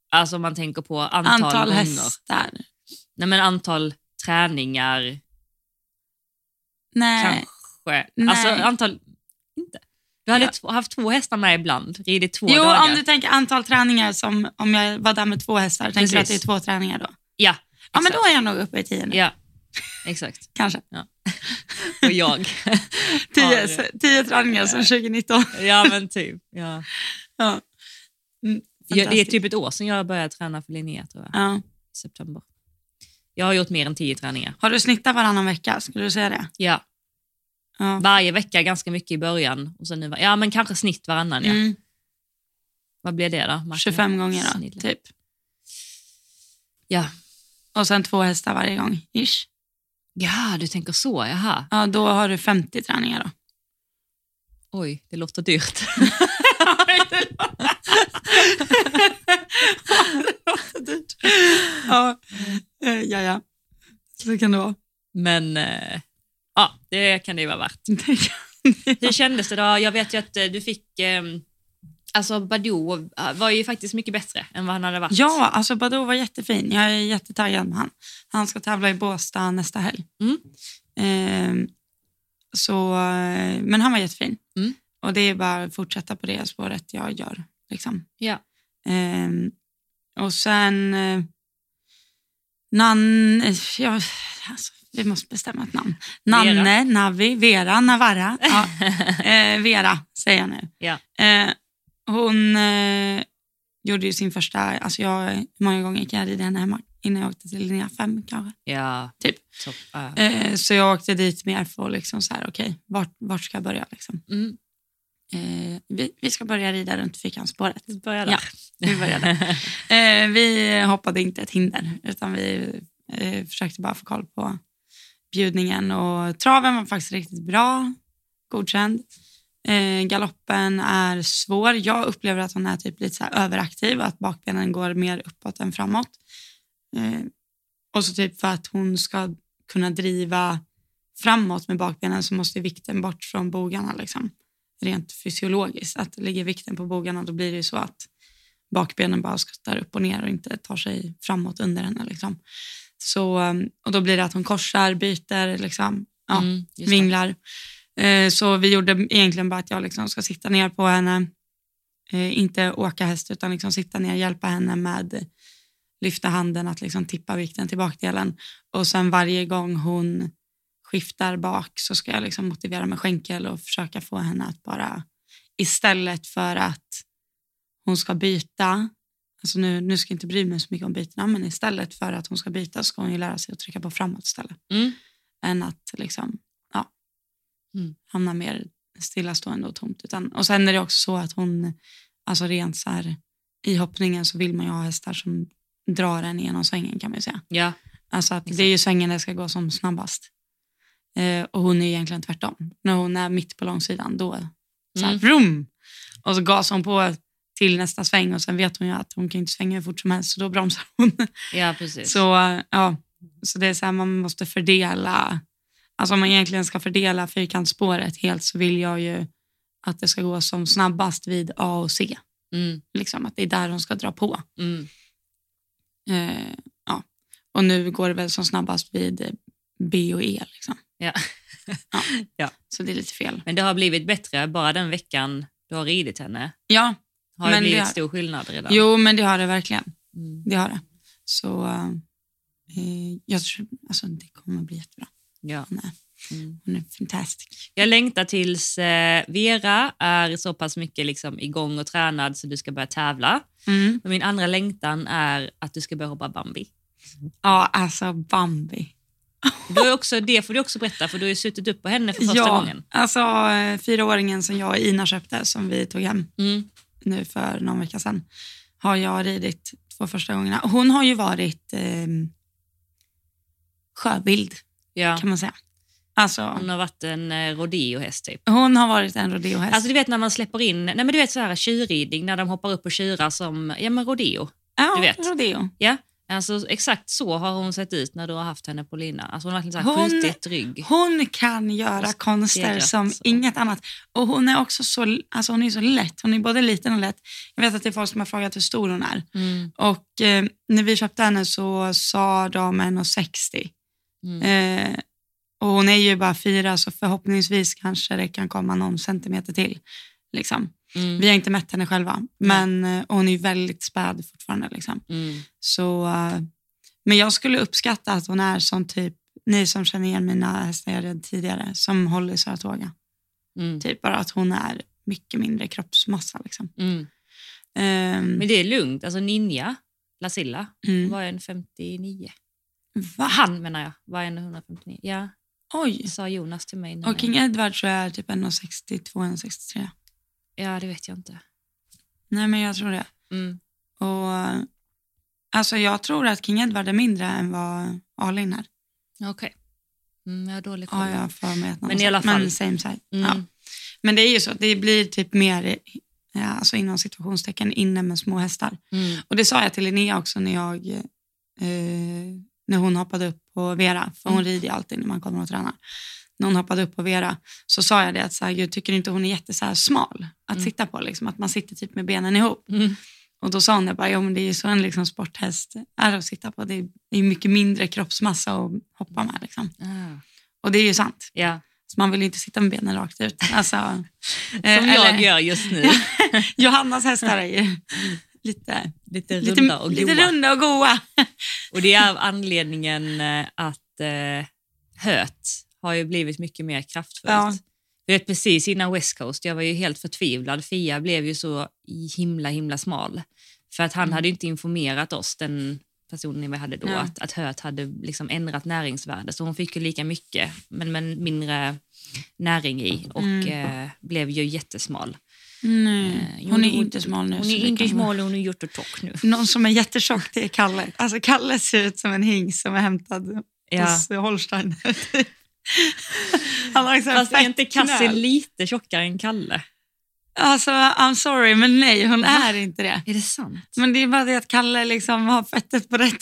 [SPEAKER 2] Alltså om man tänker på antal,
[SPEAKER 3] Antal,
[SPEAKER 2] gånger.
[SPEAKER 3] hästar.
[SPEAKER 2] Nej, men antal träningar
[SPEAKER 3] Nej.
[SPEAKER 2] kanske.
[SPEAKER 3] Nej.
[SPEAKER 2] Alltså antal... Inte. Du hade
[SPEAKER 3] Ja.
[SPEAKER 2] t- haft två hästar med ibland, ridit två
[SPEAKER 3] Jo,
[SPEAKER 2] dagar.
[SPEAKER 3] om du tänker antal träningar som om jag var där med två hästar. Tänker du att det är
[SPEAKER 2] Precis.
[SPEAKER 3] två träningar då?
[SPEAKER 2] Ja,
[SPEAKER 3] Ja, men
[SPEAKER 2] exakt.
[SPEAKER 3] då är jag nog uppe i tio nu.
[SPEAKER 2] Ja, exakt.
[SPEAKER 3] Kanske.
[SPEAKER 2] Och jag.
[SPEAKER 3] Tio,
[SPEAKER 2] Ja,
[SPEAKER 3] tio träningar sedan 2019.
[SPEAKER 2] ja, men typ. Ja.
[SPEAKER 3] Ja.
[SPEAKER 2] Jag,
[SPEAKER 3] Mm,
[SPEAKER 2] det är
[SPEAKER 3] fantastiskt.
[SPEAKER 2] typ ett år sedan jag började träna för Linnea, tror jag.
[SPEAKER 3] Ja.
[SPEAKER 2] I september. Jag har gjort mer än tio träningar.
[SPEAKER 3] Har du snittat varannan vecka? Skulle du säga det?
[SPEAKER 2] Ja.
[SPEAKER 3] Ja.
[SPEAKER 2] Varje vecka ganska mycket i början. Och sen nu, var- ja, men kanske snitt varannan. Ja.
[SPEAKER 3] Mm,
[SPEAKER 2] Vad blir det då? Martin?
[SPEAKER 3] 25 gånger då,
[SPEAKER 2] Snille.
[SPEAKER 3] typ.
[SPEAKER 2] Ja.
[SPEAKER 3] Och sen två hästar varje gång, ish.
[SPEAKER 2] ja, du tänker så. Jaha.
[SPEAKER 3] Ja, då har du 50 träningar då.
[SPEAKER 2] Oj, det låter dyrt.
[SPEAKER 3] ja, eh, ja, ja. Så kan det vara.
[SPEAKER 2] Men eh, ja, det kan det ju vara värt. Hur kändes det då? Jag vet ju att eh, du fick... Eh, alltså Badou eh, var ju faktiskt mycket bättre än vad han hade varit.
[SPEAKER 3] ja, alltså Badou var jättefin. Jag är jättetaggad med han. Han ska tävla i Båstad nästa helg.
[SPEAKER 2] Mm.
[SPEAKER 3] Ehm, så, eh, men han var jättefin.
[SPEAKER 2] Mm.
[SPEAKER 3] Och det är bara att fortsätta på det spåret jag gör. Liksom.
[SPEAKER 2] Ja.
[SPEAKER 3] Ehm, och sen... Eh, Nan... eh, Jag, alltså, vi måste bestämma ett namn. Nanne,
[SPEAKER 2] Vera.
[SPEAKER 3] Navi, Vera, Navarra. Ja. Eh, Vera säger jag nu.
[SPEAKER 2] Ja.
[SPEAKER 3] Eh, hon eh, gjorde ju sin första... Alltså jag, hur många gånger gick jag rida henne hemma? Innan jag åkte till Linnea 5 kanske.
[SPEAKER 2] ja.
[SPEAKER 3] Typ.
[SPEAKER 2] Topp. ja.
[SPEAKER 3] Eh, så jag åkte dit mer för att liksom så här, okej, vart, vart ska jag börja? Liksom?
[SPEAKER 2] Mm,
[SPEAKER 3] Eh, vi, vi ska börja rida runt Fikanspåret.
[SPEAKER 2] vi börjar
[SPEAKER 3] Ja,
[SPEAKER 2] där.
[SPEAKER 3] vi börjar Eh, vi hoppade inte ett hinder, utan vi eh, försökte bara få koll på bjudningen. Och traven var faktiskt riktigt bra, godkänd. Eh, galoppen är svår. Jag upplever att hon är typ lite så här överaktiv, att bakbenen går mer uppåt än framåt. Eh, och så typ för att hon ska kunna driva framåt med bakbenen så måste vikten bort från bogarna. Liksom. Rent fysiologiskt, att ligger vikten på bogarna då blir det ju så att bakbenen bara skuttar upp och ner och inte tar sig framåt under henne. Liksom. Så, um, och då blir det att hon korsar, byter, liksom, ja,
[SPEAKER 2] Mm, just det.
[SPEAKER 3] vinglar. Eh, Så vi gjorde egentligen bara att jag liksom ska sitta ner på henne, eh, inte åka häst utan liksom sitta ner, hjälpa henne med lyfta handen, att liksom tippa vikten till bakdelen. Och sen varje gång hon skiftar bak så ska jag liksom motivera med skänkel och försöka få henne att bara istället för att hon ska byta, alltså nu, nu ska jag inte bry mig så mycket om bytena, men istället för att hon ska byta ska hon ju lära sig att trycka på framåt istället.
[SPEAKER 2] Mm.
[SPEAKER 3] Än att liksom, ja,
[SPEAKER 2] Mm.
[SPEAKER 3] hamna mer stillastående och tomt. Utan, och sen är det också så att hon, alltså rent så här i hoppningen så vill man ju ha hästar som drar en genom svängen kan man ju säga.
[SPEAKER 2] Ja.
[SPEAKER 3] Alltså att det
[SPEAKER 2] Exakt.
[SPEAKER 3] är ju svängen där det ska gå som snabbast. Eh, och hon är egentligen tvärtom. När hon är mitt på långsidan, då så här,
[SPEAKER 2] Mm.
[SPEAKER 3] vroom! Och så gasar hon på till nästa sväng och sen vet hon ju att hon kan inte svänga hur fort som helst så då bromsar hon.
[SPEAKER 2] ja, precis.
[SPEAKER 3] Så, eh, ja. så det är så här, man måste fördela Alltså om man egentligen ska fördela fyrkantsspåret helt så vill jag ju att det ska gå som snabbast vid A och C.
[SPEAKER 2] Mm,
[SPEAKER 3] Liksom att det är där de ska dra på.
[SPEAKER 2] mm,
[SPEAKER 3] Eh, ja. Och nu går det väl som snabbast vid eh, B och E. Liksom.
[SPEAKER 2] ja.
[SPEAKER 3] Så det är lite fel.
[SPEAKER 2] Men det har blivit bättre bara den veckan du har ridit henne.
[SPEAKER 3] Ja,
[SPEAKER 2] Har det
[SPEAKER 3] Men det
[SPEAKER 2] blivit
[SPEAKER 3] har-
[SPEAKER 2] stor skillnad redan?
[SPEAKER 3] jo men det har det verkligen.
[SPEAKER 2] Mm.
[SPEAKER 3] Det har det. Så eh, jag tror, alltså det kommer bli jättebra.
[SPEAKER 2] Ja.
[SPEAKER 3] Nej.
[SPEAKER 2] Mm.
[SPEAKER 3] Hon är fantastisk.
[SPEAKER 2] Jag längtar tills eh, Vera är så pass mycket liksom igång och tränad så du ska börja tävla.
[SPEAKER 3] Mm.
[SPEAKER 2] Men min andra längtan är att du ska börja hoppa Bambi.
[SPEAKER 3] Ja, alltså Bambi.
[SPEAKER 2] Du är också, det får du också berätta, för du har ju suttit upp på henne för första
[SPEAKER 3] ja,
[SPEAKER 2] gången.
[SPEAKER 3] alltså eh, fyraåringen som jag och Ina köpte som vi tog hem
[SPEAKER 2] Mm.
[SPEAKER 3] nu för någon vecka sedan har jag ridit två första gångerna. Hon har ju varit eh, sjöbild
[SPEAKER 2] Ja.
[SPEAKER 3] kan man säga. Alltså,
[SPEAKER 2] Hon har varit en eh, rodeohäst typ.
[SPEAKER 3] hon har varit en rodeohäst.
[SPEAKER 2] Alltså du vet när man släpper in, nej men du vet så här tjurridning, när de hoppar upp och tjurar som, ja men rodeo.
[SPEAKER 3] ja,
[SPEAKER 2] du vet.
[SPEAKER 3] Rodeo.
[SPEAKER 2] Ja, alltså exakt så har hon sett ut när du har haft henne på lina. Alltså hon har verkligen så här
[SPEAKER 3] Hon-
[SPEAKER 2] skjutit rygg.
[SPEAKER 3] Hon kan göra
[SPEAKER 2] Och
[SPEAKER 3] konster
[SPEAKER 2] stegat,
[SPEAKER 3] som
[SPEAKER 2] så.
[SPEAKER 3] inget annat. Och hon är också så, alltså hon är så lätt. Hon är både liten och lätt. Jag vet att det är folk som har frågat hur stor hon är.
[SPEAKER 2] Mm,
[SPEAKER 3] Och eh, när vi köpte henne så sa de 1,60.
[SPEAKER 2] mm.
[SPEAKER 3] Eh, och hon är ju bara fyra så förhoppningsvis kanske det kan komma någon centimeter till. Liksom.
[SPEAKER 2] Mm,
[SPEAKER 3] Vi har inte mätt henne själva, men eh, och hon är ju väldigt späd fortfarande. Liksom.
[SPEAKER 2] mm,
[SPEAKER 3] Så, eh, men jag skulle uppskatta att hon är som typ, ni som känner igen mina hästar jag red tidigare, som Holly Saratoga.
[SPEAKER 2] mm,
[SPEAKER 3] Typ bara att hon är mycket mindre kroppsmassa. Liksom.
[SPEAKER 2] mm.
[SPEAKER 3] Ehm,
[SPEAKER 2] Men det är lugnt. Alltså Ninja, Lasilla,
[SPEAKER 3] mm.
[SPEAKER 2] var en 59.
[SPEAKER 3] Va?
[SPEAKER 2] Han menar jag, var en 159. Ja,
[SPEAKER 3] Oj!
[SPEAKER 2] sa Jonas till mig. när
[SPEAKER 3] Och King Edward tror jag är typ 1,62-1,63.
[SPEAKER 2] Ja, det vet jag inte.
[SPEAKER 3] Nej men jag tror det.
[SPEAKER 2] Mm.
[SPEAKER 3] Och, eh, alltså jag tror att King Edward är mindre än vad Alin är.
[SPEAKER 2] Okej. Mm, jag har dålig koll.
[SPEAKER 3] Ah, Ja, jag har för mig att någon
[SPEAKER 2] Men i
[SPEAKER 3] sa-
[SPEAKER 2] alla fall.
[SPEAKER 3] Men same side. Ja.
[SPEAKER 2] Mm.
[SPEAKER 3] Men det är ju så, att det blir typ mer ja, alltså inom situationstecken inne med små hästar.
[SPEAKER 2] Mm.
[SPEAKER 3] Och det sa jag till Linnea också när, jag, eh, när hon hoppade upp på Vera, för hon
[SPEAKER 2] Mm.
[SPEAKER 3] rider ju alltid när man kommer och tränar. När hon hoppade upp på Vera så sa jag det att så här, Gud, tycker du inte hon är jätte så här, smal att
[SPEAKER 2] Mm.
[SPEAKER 3] sitta på? Liksom, att man sitter typ med benen ihop.
[SPEAKER 2] Mm.
[SPEAKER 3] Och då sa hon det bara, ja men det är ju så en liksom sporthäst är att sitta på. Det är det är mycket mindre kroppsmassa att hoppa med. Liksom.
[SPEAKER 2] Ah.
[SPEAKER 3] Och det är ju sant.
[SPEAKER 2] Ja,
[SPEAKER 3] Så man vill ju inte sitta med benen rakt ut. Alltså, eh,
[SPEAKER 2] som
[SPEAKER 3] eller-
[SPEAKER 2] jag gör just nu.
[SPEAKER 3] Johannas hästar är ju lite,
[SPEAKER 2] Lite
[SPEAKER 3] lite,
[SPEAKER 2] runda och
[SPEAKER 3] lite
[SPEAKER 2] goa.
[SPEAKER 3] runda och goa.
[SPEAKER 2] Och det är anledningen eh, att eh, höet har ju blivit mycket mer kraftfullt.
[SPEAKER 3] Ja.
[SPEAKER 2] Du vet, precis innan West Coast, jag var ju helt förtvivlad. Fia blev ju så himla, himla smal. För att han hade ju inte informerat oss, den personen vi hade då,
[SPEAKER 3] Nej.
[SPEAKER 2] att, att höet hade liksom ändrat näringsvärde. Så hon fick ju lika mycket, men, men mindre näring i och eh, blev ju jättesmal. Eh,
[SPEAKER 3] Nej,
[SPEAKER 2] jo,
[SPEAKER 3] hon är
[SPEAKER 2] det-
[SPEAKER 3] inte smal nu.
[SPEAKER 2] Hon
[SPEAKER 3] så
[SPEAKER 2] är
[SPEAKER 3] det
[SPEAKER 2] inte
[SPEAKER 3] kan vara-
[SPEAKER 2] smal och hon är hjortetjock nu.
[SPEAKER 3] Någon som är jättetjock det är Kalle. Alltså Kalle ser ut som en hings som är hämtad
[SPEAKER 2] Ja.
[SPEAKER 3] hos Holstein. Han har liksom
[SPEAKER 2] Fast är inte Cassie
[SPEAKER 3] knöl.
[SPEAKER 2] lite tjockare än Kalle?
[SPEAKER 3] Alltså, I'm sorry, men nej, hon är inte det.
[SPEAKER 2] Är det sant?
[SPEAKER 3] Men det är bara det att Kalle liksom har fettet på rätt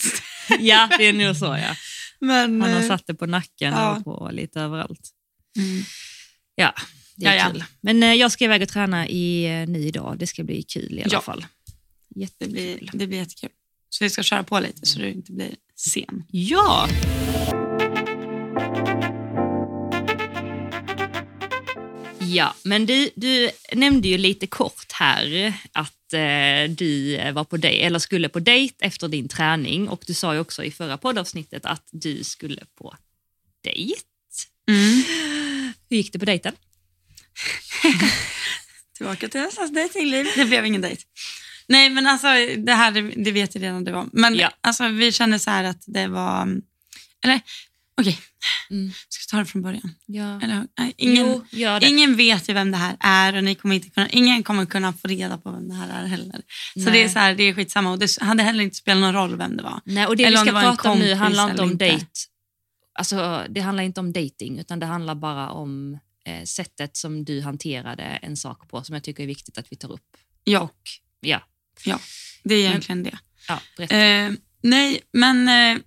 [SPEAKER 3] ställe.
[SPEAKER 2] Ja, det är nog så. Ja.
[SPEAKER 3] Men,
[SPEAKER 2] Han har
[SPEAKER 3] eh,
[SPEAKER 2] satt det på nacken
[SPEAKER 3] Ja.
[SPEAKER 2] och på lite överallt.
[SPEAKER 3] mm.
[SPEAKER 2] Det är
[SPEAKER 3] Jaja.
[SPEAKER 2] kul. Men eh, jag ska iväg och träna i, eh, nu idag. Det ska bli kul i alla
[SPEAKER 3] Ja.
[SPEAKER 2] fall.
[SPEAKER 3] det,
[SPEAKER 2] Jättekul.
[SPEAKER 3] blir, det blir jättekul. Så vi ska köra på lite så du inte blir sen.
[SPEAKER 2] Ja! Ja, men du, du nämnde ju lite kort här att eh, du var på dej- eller skulle på dejt efter din träning och du sa ju också i förra poddavsnittet att du skulle på dejt. Mm. Hur gick det på dejten?
[SPEAKER 3] Tillbaka till höstens dejtingliv. Det blev ingen dejt. Nej, men alltså det här det vet jag redan det var. Men
[SPEAKER 2] Ja.
[SPEAKER 3] alltså, vi kände så här att det var... Eller okej, ska jag ta det från början?
[SPEAKER 2] Mm. Ja.
[SPEAKER 3] Eller, nej, ingen,
[SPEAKER 2] jo, gör det.
[SPEAKER 3] Ingen vet ju vem det här är och ni kommer inte kunna, ingen kommer kunna få reda på vem det här är heller. Så
[SPEAKER 2] Nej.
[SPEAKER 3] det är, så här, det är skitsamma och det hade heller inte spelat någon roll vem det var.
[SPEAKER 2] Nej, och det
[SPEAKER 3] Eller
[SPEAKER 2] vi
[SPEAKER 3] om
[SPEAKER 2] ska
[SPEAKER 3] det var en
[SPEAKER 2] prata om nu
[SPEAKER 3] kompis
[SPEAKER 2] handlar inte
[SPEAKER 3] eller
[SPEAKER 2] om
[SPEAKER 3] inte.
[SPEAKER 2] dejt. Alltså, det handlar inte om dating utan det handlar bara om eh, sättet som du hanterade en sak på som jag tycker är viktigt att vi tar upp.
[SPEAKER 3] Ja,
[SPEAKER 2] Ja,
[SPEAKER 3] det är egentligen det.
[SPEAKER 2] ja berätta.
[SPEAKER 3] Eh, nej, men... Eh,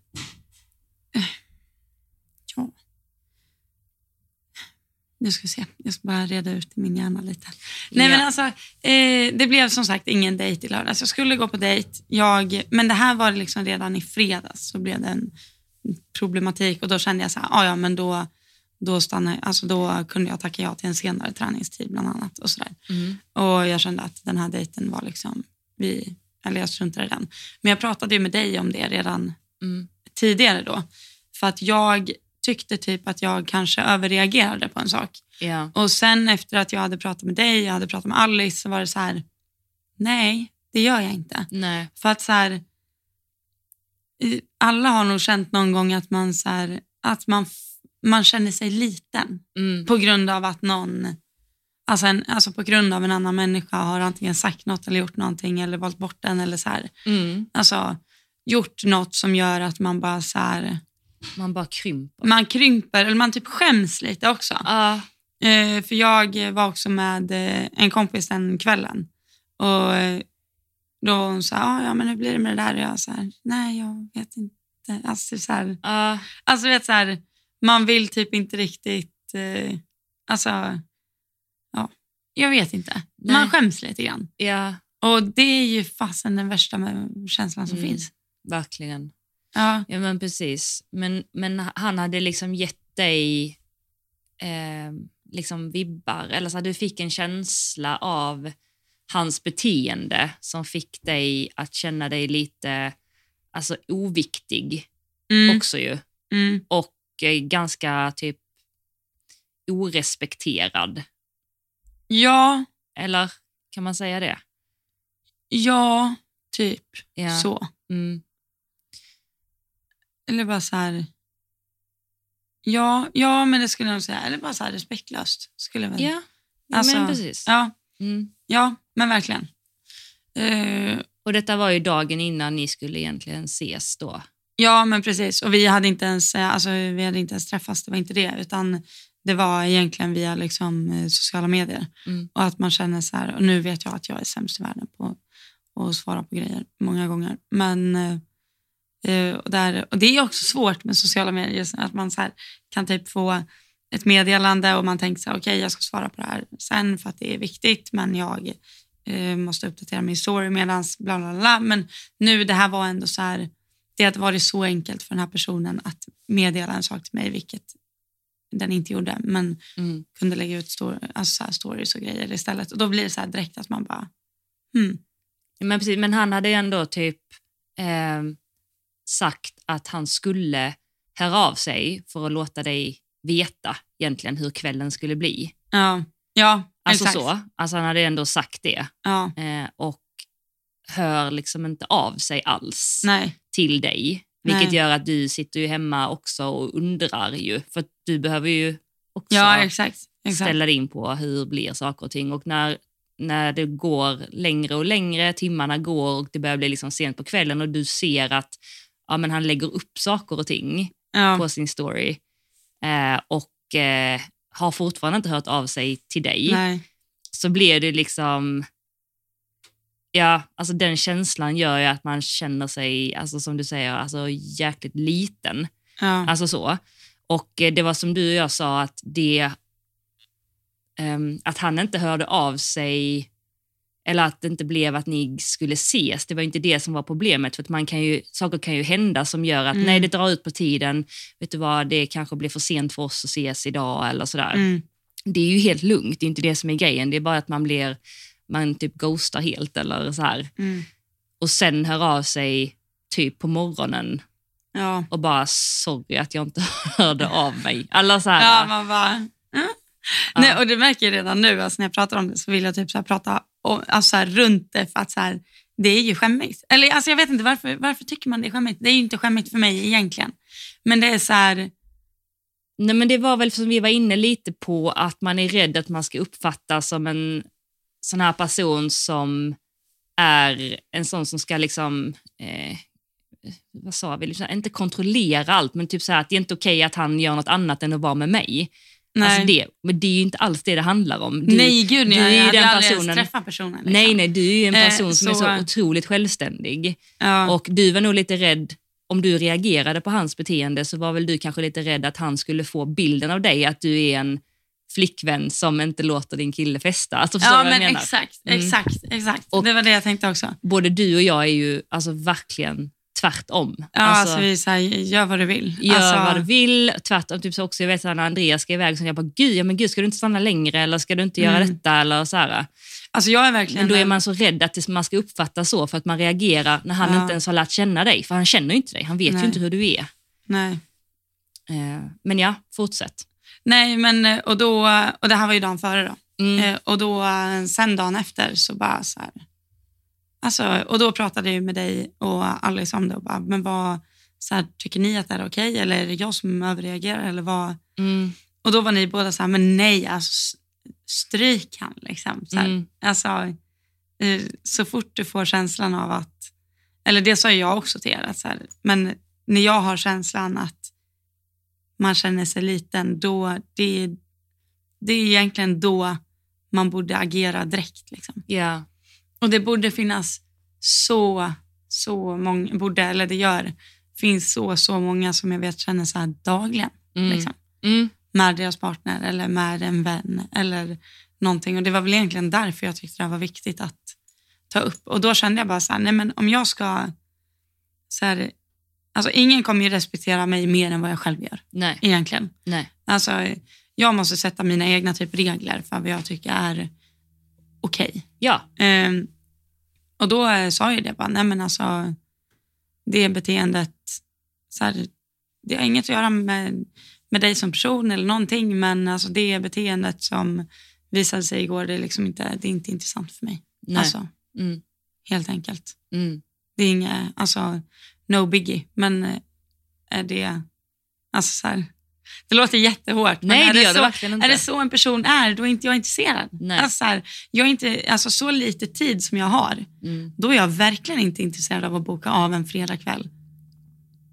[SPEAKER 3] ja. Nu ska vi se, jag ska bara reda ut i min hjärna lite. Nej men
[SPEAKER 2] Ja.
[SPEAKER 3] alltså, eh, det blev som sagt ingen dejt i lördags. Jag skulle gå på dejt, jag, men det här var liksom redan i fredags så blev det en problematik och då kände jag så här, "Ah, ja men då, då, stannar, alltså då kunde jag tacka ja till en senare träningstid bland annat. Och, så där.
[SPEAKER 2] Mm.
[SPEAKER 3] och jag kände att den här dejten var liksom, vi, eller jag struntade i den. Men jag pratade ju med dig om det redan
[SPEAKER 2] Mm.
[SPEAKER 3] tidigare då. För att jag tyckte typ att jag kanske överreagerade på en sak.
[SPEAKER 2] Ja.
[SPEAKER 3] Och sen efter att jag hade pratat med dig, jag hade pratat med Alice, så var det så här, nej, det gör jag inte.
[SPEAKER 2] Nej.
[SPEAKER 3] För att så här, i- alla har nog känt någon gång att man, så här, att man, f- man känner sig liten
[SPEAKER 2] Mm.
[SPEAKER 3] på grund av att någon, alltså, en, alltså på grund av en annan människa har antingen sagt något eller gjort någonting eller valt bort den eller så här,
[SPEAKER 2] Mm.
[SPEAKER 3] alltså gjort något som gör att man bara så här,
[SPEAKER 2] Man bara krymper. Ah,
[SPEAKER 3] man krymper eller man typ skäms lite också.
[SPEAKER 2] Ja.
[SPEAKER 3] Eh, för jag var också med eh, en kompis den kvällen. Och eh, då var hon så här, "Ah, ja men hur blir det med det där? Och jag så här, nej jag vet inte. Alltså, så här,
[SPEAKER 2] Ja.
[SPEAKER 3] alltså vet så här, man vill typ inte riktigt, eh, alltså, ja, jag vet inte. Man
[SPEAKER 2] Nej.
[SPEAKER 3] skäms lite grann.
[SPEAKER 2] ja.
[SPEAKER 3] Och det är ju fasen den värsta med- känslan som
[SPEAKER 2] Mm.
[SPEAKER 3] finns.
[SPEAKER 2] Verkligen.
[SPEAKER 3] Ja,
[SPEAKER 2] Ja, men precis. Men, men han hade liksom gett dig eh, liksom vibbar, eller så här, du fick en känsla av hans beteende som fick dig att känna dig lite alltså, oviktig
[SPEAKER 3] mm,
[SPEAKER 2] också ju.
[SPEAKER 3] mm,
[SPEAKER 2] Och eh, ganska typ orespekterad.
[SPEAKER 3] ja,
[SPEAKER 2] Eller kan man säga det?
[SPEAKER 3] ja, typ
[SPEAKER 2] Ja.
[SPEAKER 3] så.
[SPEAKER 2] Mm.
[SPEAKER 3] Eller bara så här... Ja, ja men det skulle jag nog säga. Eller bara så här respektlöst. Skulle jag väl.
[SPEAKER 2] ja.
[SPEAKER 3] Alltså,
[SPEAKER 2] men precis.
[SPEAKER 3] Ja,
[SPEAKER 2] Mm.
[SPEAKER 3] ja, men verkligen. Eh,
[SPEAKER 2] Och detta var ju dagen innan ni skulle egentligen ses då.
[SPEAKER 3] ja, men precis. Och vi hade, inte ens, eh, alltså, vi hade inte ens träffats, det var inte det. Utan det var egentligen via liksom, eh, sociala medier.
[SPEAKER 2] Mm.
[SPEAKER 3] Och att man känner så här, och nu vet jag att jag är sämst i världen på att svara på grejer många gånger. Men, eh, eh, och där, och det är också svårt med sociala medier, just att man så här, kan typ få ett meddelande och man tänker så här, okej jag ska svara på det här sen för att det är viktigt men jag eh, måste uppdatera min story medans bla bla bla. Men nu det här var ändå så här, det hade varit så enkelt för den här personen att meddela en sak till mig, vilket den inte gjorde. Men
[SPEAKER 2] Mm.
[SPEAKER 3] kunde lägga ut stor, alltså så här stories och grejer istället. Och då blir det så här direkt att man bara, hmm,
[SPEAKER 2] Men, precis, men han hade ändå typ eh, sagt att han skulle höra av sig för att låta dig veta egentligen hur kvällen skulle bli.
[SPEAKER 3] ja, ja,
[SPEAKER 2] Alltså
[SPEAKER 3] exakt.
[SPEAKER 2] så. Alltså han hade ändå sagt det
[SPEAKER 3] Ja,
[SPEAKER 2] eh, och hör liksom inte av sig alls
[SPEAKER 3] nej,
[SPEAKER 2] till dig. Vilket
[SPEAKER 3] Nej.
[SPEAKER 2] gör att du sitter ju hemma också och undrar ju. För att du behöver ju också
[SPEAKER 3] ja exakt. exakt.
[SPEAKER 2] ställa dig in på hur blir saker och ting. Och när, när det går längre och längre, timmarna går och det börjar bli liksom sent på kvällen och du ser att ja, men han lägger upp saker och ting
[SPEAKER 3] Ja,
[SPEAKER 2] på sin story eh, och eh, har fortfarande inte hört av sig till dig,
[SPEAKER 3] nej,
[SPEAKER 2] så blir det liksom... Ja, alltså den känslan gör ju att man känner sig, alltså som du säger, alltså jäkligt liten.
[SPEAKER 3] ja,
[SPEAKER 2] Alltså så. Och eh, det var som du och jag sa att det ehm, att han inte hörde av sig eller att det inte blev att ni skulle ses. Det var inte det som var problemet. För att man kan ju, saker kan ju hända som gör att
[SPEAKER 3] Mm.
[SPEAKER 2] nej, det drar ut på tiden. Vet du vad, det kanske blir för sent för oss att ses idag eller sådär.
[SPEAKER 3] mm,
[SPEAKER 2] Det är ju helt lugnt, det är inte det som är grejen. Det är bara att man blir, man typ ghostar helt eller så här.
[SPEAKER 3] mm,
[SPEAKER 2] Och sen hör av sig typ på morgonen
[SPEAKER 3] ja.
[SPEAKER 2] och bara sorry att jag inte hörde av mig. Alla så här,
[SPEAKER 3] Ja, man bara... "Mm."
[SPEAKER 2] Ja.
[SPEAKER 3] Nej, och det märker jag redan nu, alltså, när jag pratar om det så vill jag typ så här prata om, alltså så här, runt det för att så här, det är ju skämmigt. Eller alltså, jag vet inte varför, varför tycker man det är skämmigt? Det är ju inte skämmigt för mig egentligen. Men det är så här,
[SPEAKER 2] Nej, men det var väl som vi var inne lite på, att man är rädd att man ska uppfattas som en sån här person som är en sån som ska liksom, eh, vad sa vi, liksom, inte kontrollera allt, men typ så här att det är inte okej att han gör något annat än att vara med mig.
[SPEAKER 3] nej.
[SPEAKER 2] Alltså det, men det är ju inte alls det det handlar om. Du,
[SPEAKER 3] nej, gud,
[SPEAKER 2] du
[SPEAKER 3] nej,
[SPEAKER 2] är
[SPEAKER 3] jag
[SPEAKER 2] ju
[SPEAKER 3] hade
[SPEAKER 2] den
[SPEAKER 3] aldrig ens
[SPEAKER 2] personen.
[SPEAKER 3] träffat personen. Liksom.
[SPEAKER 2] nej, nej, du är ju en
[SPEAKER 3] Eh,
[SPEAKER 2] person som
[SPEAKER 3] så-
[SPEAKER 2] är så otroligt självständig.
[SPEAKER 3] Ja.
[SPEAKER 2] Och du var nog lite rädd, om du reagerade på hans beteende så var väl du kanske lite rädd att han skulle få bilden av dig att du är en flickvän som inte låter din kille festa. Alltså, förstår
[SPEAKER 3] Ja,
[SPEAKER 2] du vad jag
[SPEAKER 3] men
[SPEAKER 2] menar?
[SPEAKER 3] exakt,
[SPEAKER 2] Mm.
[SPEAKER 3] exakt, exakt.
[SPEAKER 2] Och-
[SPEAKER 3] det var det jag tänkte också.
[SPEAKER 2] Både du och jag är ju alltså, verkligen tvärtom.
[SPEAKER 3] Ja, alltså, vi är så här, gör vad du vill.
[SPEAKER 2] Gör
[SPEAKER 3] alltså,
[SPEAKER 2] vad du vill. Tvärtom, typ så också, jag vet så här, när Andreas ska iväg, så jag bara, gud, ja, men gud, ska du inte stanna längre eller ska du inte göra
[SPEAKER 3] Mm.
[SPEAKER 2] detta? Eller så här.
[SPEAKER 3] alltså jag är verkligen...
[SPEAKER 2] Men då är man så rädd att det- man ska uppfatta så för att man reagerar när han
[SPEAKER 3] Ja.
[SPEAKER 2] inte ens har lärt känna dig. För han känner ju inte dig, han vet
[SPEAKER 3] Nej.
[SPEAKER 2] ju inte hur du är.
[SPEAKER 3] Nej.
[SPEAKER 2] Eh, Men ja, fortsätt.
[SPEAKER 3] Nej, men eh, och, då, och det här var ju dagen före då.
[SPEAKER 2] Mm.
[SPEAKER 3] Eh, Och då eh, sen dagen efter så bara så här. Alltså, och då pratade jag ju med dig och Alice om det och bara, men vad, så här, tycker ni att det här är okej eller är det jag som överreagerar eller vad?
[SPEAKER 2] Mm.
[SPEAKER 3] Och då var ni båda så här, men nej, alltså, s- stryk han liksom. Så, här.
[SPEAKER 2] Mm.
[SPEAKER 3] Alltså, eh, så fort du får känslan av att, eller det sa ju jag också till er, att så här, men när jag har känslan att man känner sig liten, då, det, är- det är egentligen då man borde agera direkt. Liksom.
[SPEAKER 2] Ja.
[SPEAKER 3] Och det borde finnas så, så många, borde, eller det gör, finns så, så många som jag vet känner så här dagligen.
[SPEAKER 2] Mm.
[SPEAKER 3] Liksom
[SPEAKER 2] Mm.
[SPEAKER 3] med deras partner eller med en vän eller någonting. Och det var väl egentligen därför jag tyckte det här var viktigt att ta upp. Och då kände jag bara så här, nej men om jag ska, så här, alltså ingen kommer ju respektera mig mer än vad jag själv gör
[SPEAKER 2] Nej.
[SPEAKER 3] egentligen.
[SPEAKER 2] Nej.
[SPEAKER 3] Alltså jag måste sätta mina egna typ regler för vad jag tycker är okej.
[SPEAKER 2] Ja.
[SPEAKER 3] Ehm, och då eh, sa jag det bara, nej men alltså det beteendet, så här, det har inget att göra med, med dig som person eller någonting, men alltså det beteendet som visade sig igår, det är liksom inte, det är inte intressant för mig.
[SPEAKER 2] Nej.
[SPEAKER 3] Alltså,
[SPEAKER 2] Mm.
[SPEAKER 3] helt enkelt.
[SPEAKER 2] Mm.
[SPEAKER 3] Det är inget, alltså no biggie, men eh, är det, alltså så här, det låter jättehårt. men
[SPEAKER 2] Nej,
[SPEAKER 3] är
[SPEAKER 2] det gör
[SPEAKER 3] så,
[SPEAKER 2] det verkligen inte.
[SPEAKER 3] är det så en person är, då är inte jag intresserad.
[SPEAKER 2] Nej.
[SPEAKER 3] Alltså, så här, jag är inte, alltså, så lite tid som jag har,
[SPEAKER 2] Mm.
[SPEAKER 3] då är jag verkligen inte intresserad av att boka av en fredagkväll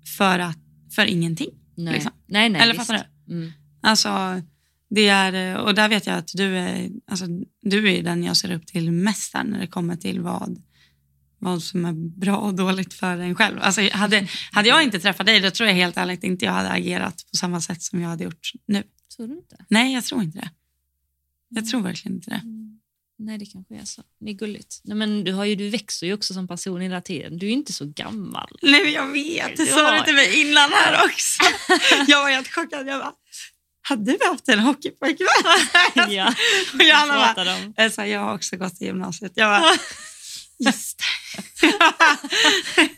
[SPEAKER 3] för, att, för ingenting.
[SPEAKER 2] Nej.
[SPEAKER 3] liksom.
[SPEAKER 2] nej, nej.
[SPEAKER 3] Eller
[SPEAKER 2] visst.
[SPEAKER 3] fattar
[SPEAKER 2] Mm.
[SPEAKER 3] Alltså, det är, och där vet jag att du är, alltså, du är den jag ser upp till mest här när det kommer till vad, vad som är bra och dåligt för en själv. Alltså, hade, hade jag inte träffat dig, då tror jag helt ärligt inte jag hade agerat på samma sätt som jag hade gjort nu.
[SPEAKER 2] Tror du inte?
[SPEAKER 3] Nej, jag tror inte det. Jag tror verkligen inte det.
[SPEAKER 2] Nej, det kanske är så. Det är gulligt. Nej, men du, har ju, du växer ju också som person hela tiden. Du är ju inte så gammal.
[SPEAKER 3] Nej, men jag vet. Det
[SPEAKER 2] Ja.
[SPEAKER 3] sa du till mig innan här också. Jag var helt chockad. Jag bara, hade du haft en hockeypojkvän?
[SPEAKER 2] ja,
[SPEAKER 3] Och Johanna bara,
[SPEAKER 2] pratar om.
[SPEAKER 3] Jag sa, jag har också gått i gymnasiet. Jag bara, just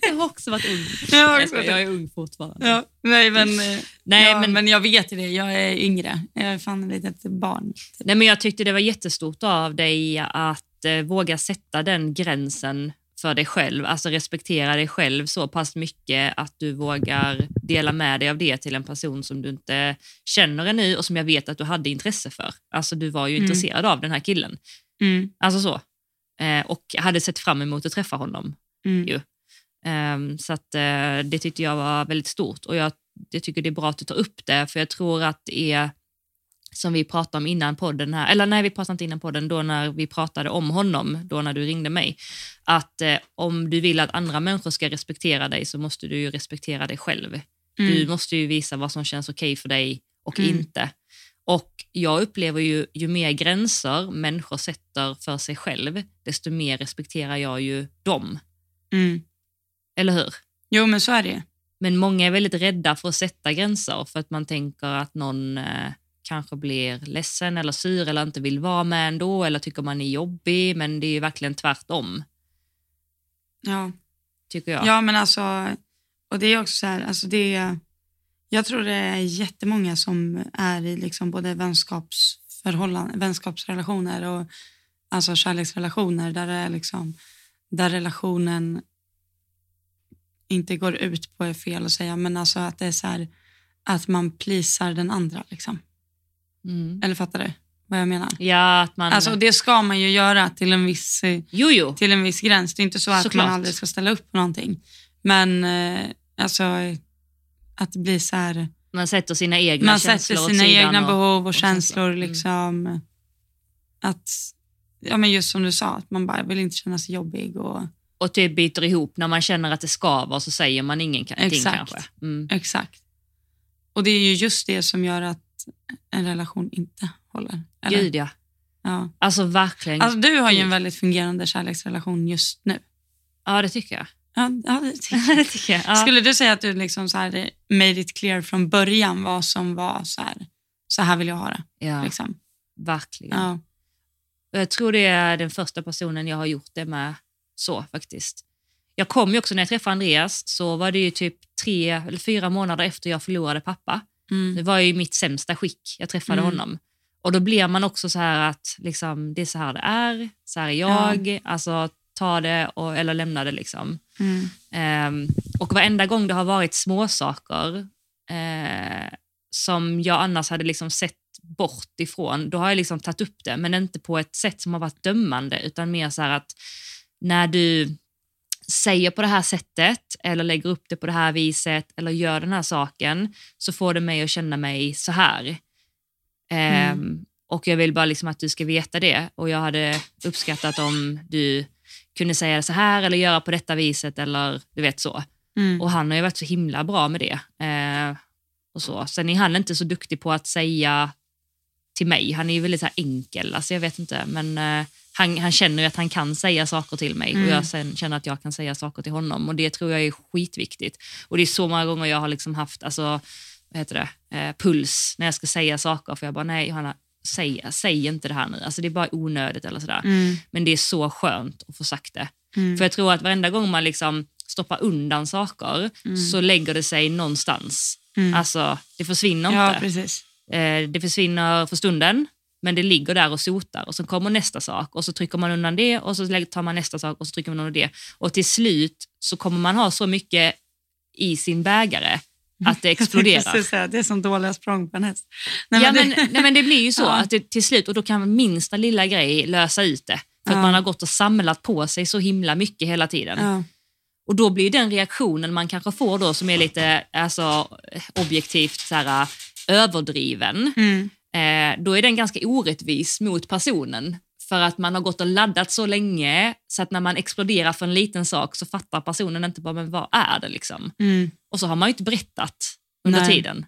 [SPEAKER 2] Jag har också varit ung.
[SPEAKER 3] det. Jag har
[SPEAKER 2] Jag,
[SPEAKER 3] också
[SPEAKER 2] skojar,
[SPEAKER 3] gått i-
[SPEAKER 2] jag är ung fortfarande.
[SPEAKER 3] Ja, nej, men, eh,
[SPEAKER 2] Nej,
[SPEAKER 3] ja,
[SPEAKER 2] men,
[SPEAKER 3] men jag vet ju det. Jag är yngre. Jag är fan ett litet barn.
[SPEAKER 2] nej, men jag tyckte det var jättestort av dig att eh, våga sätta den gränsen för dig själv, alltså respektera dig själv så pass mycket att du vågar dela med dig av det till en person som du inte känner ännu och som jag vet att du hade intresse för. Alltså du var ju
[SPEAKER 3] Mm.
[SPEAKER 2] intresserad av den här killen.
[SPEAKER 3] Mm,
[SPEAKER 2] Alltså så. Eh, och hade sett fram emot att träffa honom.
[SPEAKER 3] mm.
[SPEAKER 2] Jo. Ehm, så att, eh, det tyckte jag var väldigt stort och jag, jag tycker det är bra att du tar upp det för jag tror att det är som vi pratade om innan podden, här, eller nej vi pratade inte innan podden, då när vi pratade om honom, då när du ringde mig, att eh, om du vill att andra människor ska respektera dig så måste du ju respektera dig själv. Du
[SPEAKER 3] Mm.
[SPEAKER 2] måste ju visa vad som känns okej för dig och
[SPEAKER 3] Mm.
[SPEAKER 2] inte. Och jag upplever ju, ju mer gränser människor sätter för sig själv, desto mer respekterar jag ju dem.
[SPEAKER 3] Mm.
[SPEAKER 2] Eller hur?
[SPEAKER 3] Jo, men så är det ju.
[SPEAKER 2] Men många är väldigt rädda för att sätta gränser för att man tänker att någon eh, kanske blir ledsen eller sur eller inte vill vara med ändå eller tycker man är jobbig. Men det är ju verkligen tvärtom,
[SPEAKER 3] Ja.
[SPEAKER 2] tycker jag.
[SPEAKER 3] Ja. men alltså, och det är också så här, alltså det är, jag tror det är jättemånga som är i liksom både vänskapsförhållanden, vänskapsrelationer och alltså kärleksrelationer där det är liksom, där relationen inte går ut på är fel att säga, men alltså att det är så här, att man plisar den andra liksom.
[SPEAKER 2] Mm.
[SPEAKER 3] Eller fattar du vad jag menar?
[SPEAKER 2] Ja, att man...
[SPEAKER 3] Alltså och det ska man ju göra till en viss eh,
[SPEAKER 2] jo, jo.
[SPEAKER 3] till en viss gräns. Det är inte så att
[SPEAKER 2] Såklart.
[SPEAKER 3] man aldrig ska ställa upp på någonting. Men eh, alltså, att det blir så här,
[SPEAKER 2] Man sätter sina egna
[SPEAKER 3] man sätter
[SPEAKER 2] känslor åt
[SPEAKER 3] sina
[SPEAKER 2] sidan
[SPEAKER 3] egna
[SPEAKER 2] och-
[SPEAKER 3] behov och
[SPEAKER 2] känslor.
[SPEAKER 3] känslor.
[SPEAKER 2] Mm.
[SPEAKER 3] Liksom, att, ja, men just som du sa, att man bara vill inte känna sig jobbig. Och,
[SPEAKER 2] och typ biter ihop när man känner att det skaver så säger man ingenting
[SPEAKER 3] Exakt.
[SPEAKER 2] kanske. Mm.
[SPEAKER 3] exakt. Och det är ju just det som gör att att en relation inte håller. Eller?
[SPEAKER 2] Gud ja.
[SPEAKER 3] Ja.
[SPEAKER 2] Alltså verkligen.
[SPEAKER 3] Alltså, du har ju en väldigt fungerande kärleksrelation just nu.
[SPEAKER 2] ja, det tycker jag.
[SPEAKER 3] Ja, ja, det-
[SPEAKER 2] det tycker jag. Ja.
[SPEAKER 3] Skulle du säga att du liksom så här made it clear från början vad som var så här, så här vill jag ha det?
[SPEAKER 2] ja,
[SPEAKER 3] Liksom.
[SPEAKER 2] verkligen.
[SPEAKER 3] Ja.
[SPEAKER 2] Och Jag tror det är den första personen jag har gjort det med så faktiskt. Jag kom ju också, när jag träffade Andreas så var det ju typ tre eller fyra månader efter jag förlorade pappa.
[SPEAKER 3] Mm.
[SPEAKER 2] Det var ju i mitt sämsta skick jag träffade
[SPEAKER 3] Mm.
[SPEAKER 2] honom. Och då blir man också så här att liksom, det är så här det är, så här är jag, alltså ta det och, eller lämna det liksom.
[SPEAKER 3] Mm.
[SPEAKER 2] Ehm, och varenda gång det har varit små saker eh, som jag annars hade liksom sett bort ifrån, då har jag liksom tagit upp det, men inte på ett sätt som har varit dömande, utan mer så här att när du säger på det här sättet eller lägger upp det på det här viset eller gör den här saken så får det mig att känna mig så här. Ehm, Och jag vill bara liksom att du ska veta det och jag hade uppskattat om du kunde säga så här eller göra på detta viset eller du vet så.
[SPEAKER 3] Mm.
[SPEAKER 2] Och han har ju varit så himla bra med det. Eh, och så. Sen är han inte så duktig på att säga till mig. Han är ju väldigt så här enkel, alltså jag vet inte. Men eh, han, han känner ju att han kan säga saker till mig
[SPEAKER 3] Mm.
[SPEAKER 2] och jag sen känner att jag kan säga saker till honom. Och det tror jag är skitviktigt. Och det är så många gånger jag har liksom haft alltså, vad heter det? Eh, puls när jag ska säga saker för jag bara nej Johanna, säg, säg inte det här nu. Alltså det är bara onödigt eller sådär.
[SPEAKER 3] Mm.
[SPEAKER 2] Men det är så skönt att få sagt det.
[SPEAKER 3] Mm.
[SPEAKER 2] För jag tror att varenda gång man liksom stoppar undan saker så lägger det sig någonstans.
[SPEAKER 3] Mm.
[SPEAKER 2] Alltså, det försvinner
[SPEAKER 3] Ja,
[SPEAKER 2] inte.
[SPEAKER 3] precis.
[SPEAKER 2] Eh, det försvinner för stunden, men det ligger där och sotar. Och så kommer nästa sak och så trycker man undan det och så lä- tar man nästa sak och så trycker man undan det. Och till slut så kommer man ha så mycket i sin bägare att det
[SPEAKER 3] Jag tänkte
[SPEAKER 2] exploderar.
[SPEAKER 3] precis säga, det är som dåliga språng på en häst. Nej,
[SPEAKER 2] Ja,
[SPEAKER 3] men
[SPEAKER 2] men,
[SPEAKER 3] det-
[SPEAKER 2] nej, men det blir ju så
[SPEAKER 3] Ja.
[SPEAKER 2] att det, till slut, och då kan minsta lilla grej lösa ut det. För
[SPEAKER 3] Ja.
[SPEAKER 2] att man har gått och samlat på sig så himla mycket hela tiden.
[SPEAKER 3] ja.
[SPEAKER 2] Och då blir den reaktionen man kanske får då som är lite alltså, objektivt så här, överdriven,
[SPEAKER 3] Mm.
[SPEAKER 2] eh, då är den ganska orättvis mot personen. För att man har gått och laddat så länge så att när man exploderar för en liten sak så fattar personen inte bara, men vad är det liksom?
[SPEAKER 3] Mm.
[SPEAKER 2] Och så har man ju inte berättat under
[SPEAKER 3] Nej.
[SPEAKER 2] tiden.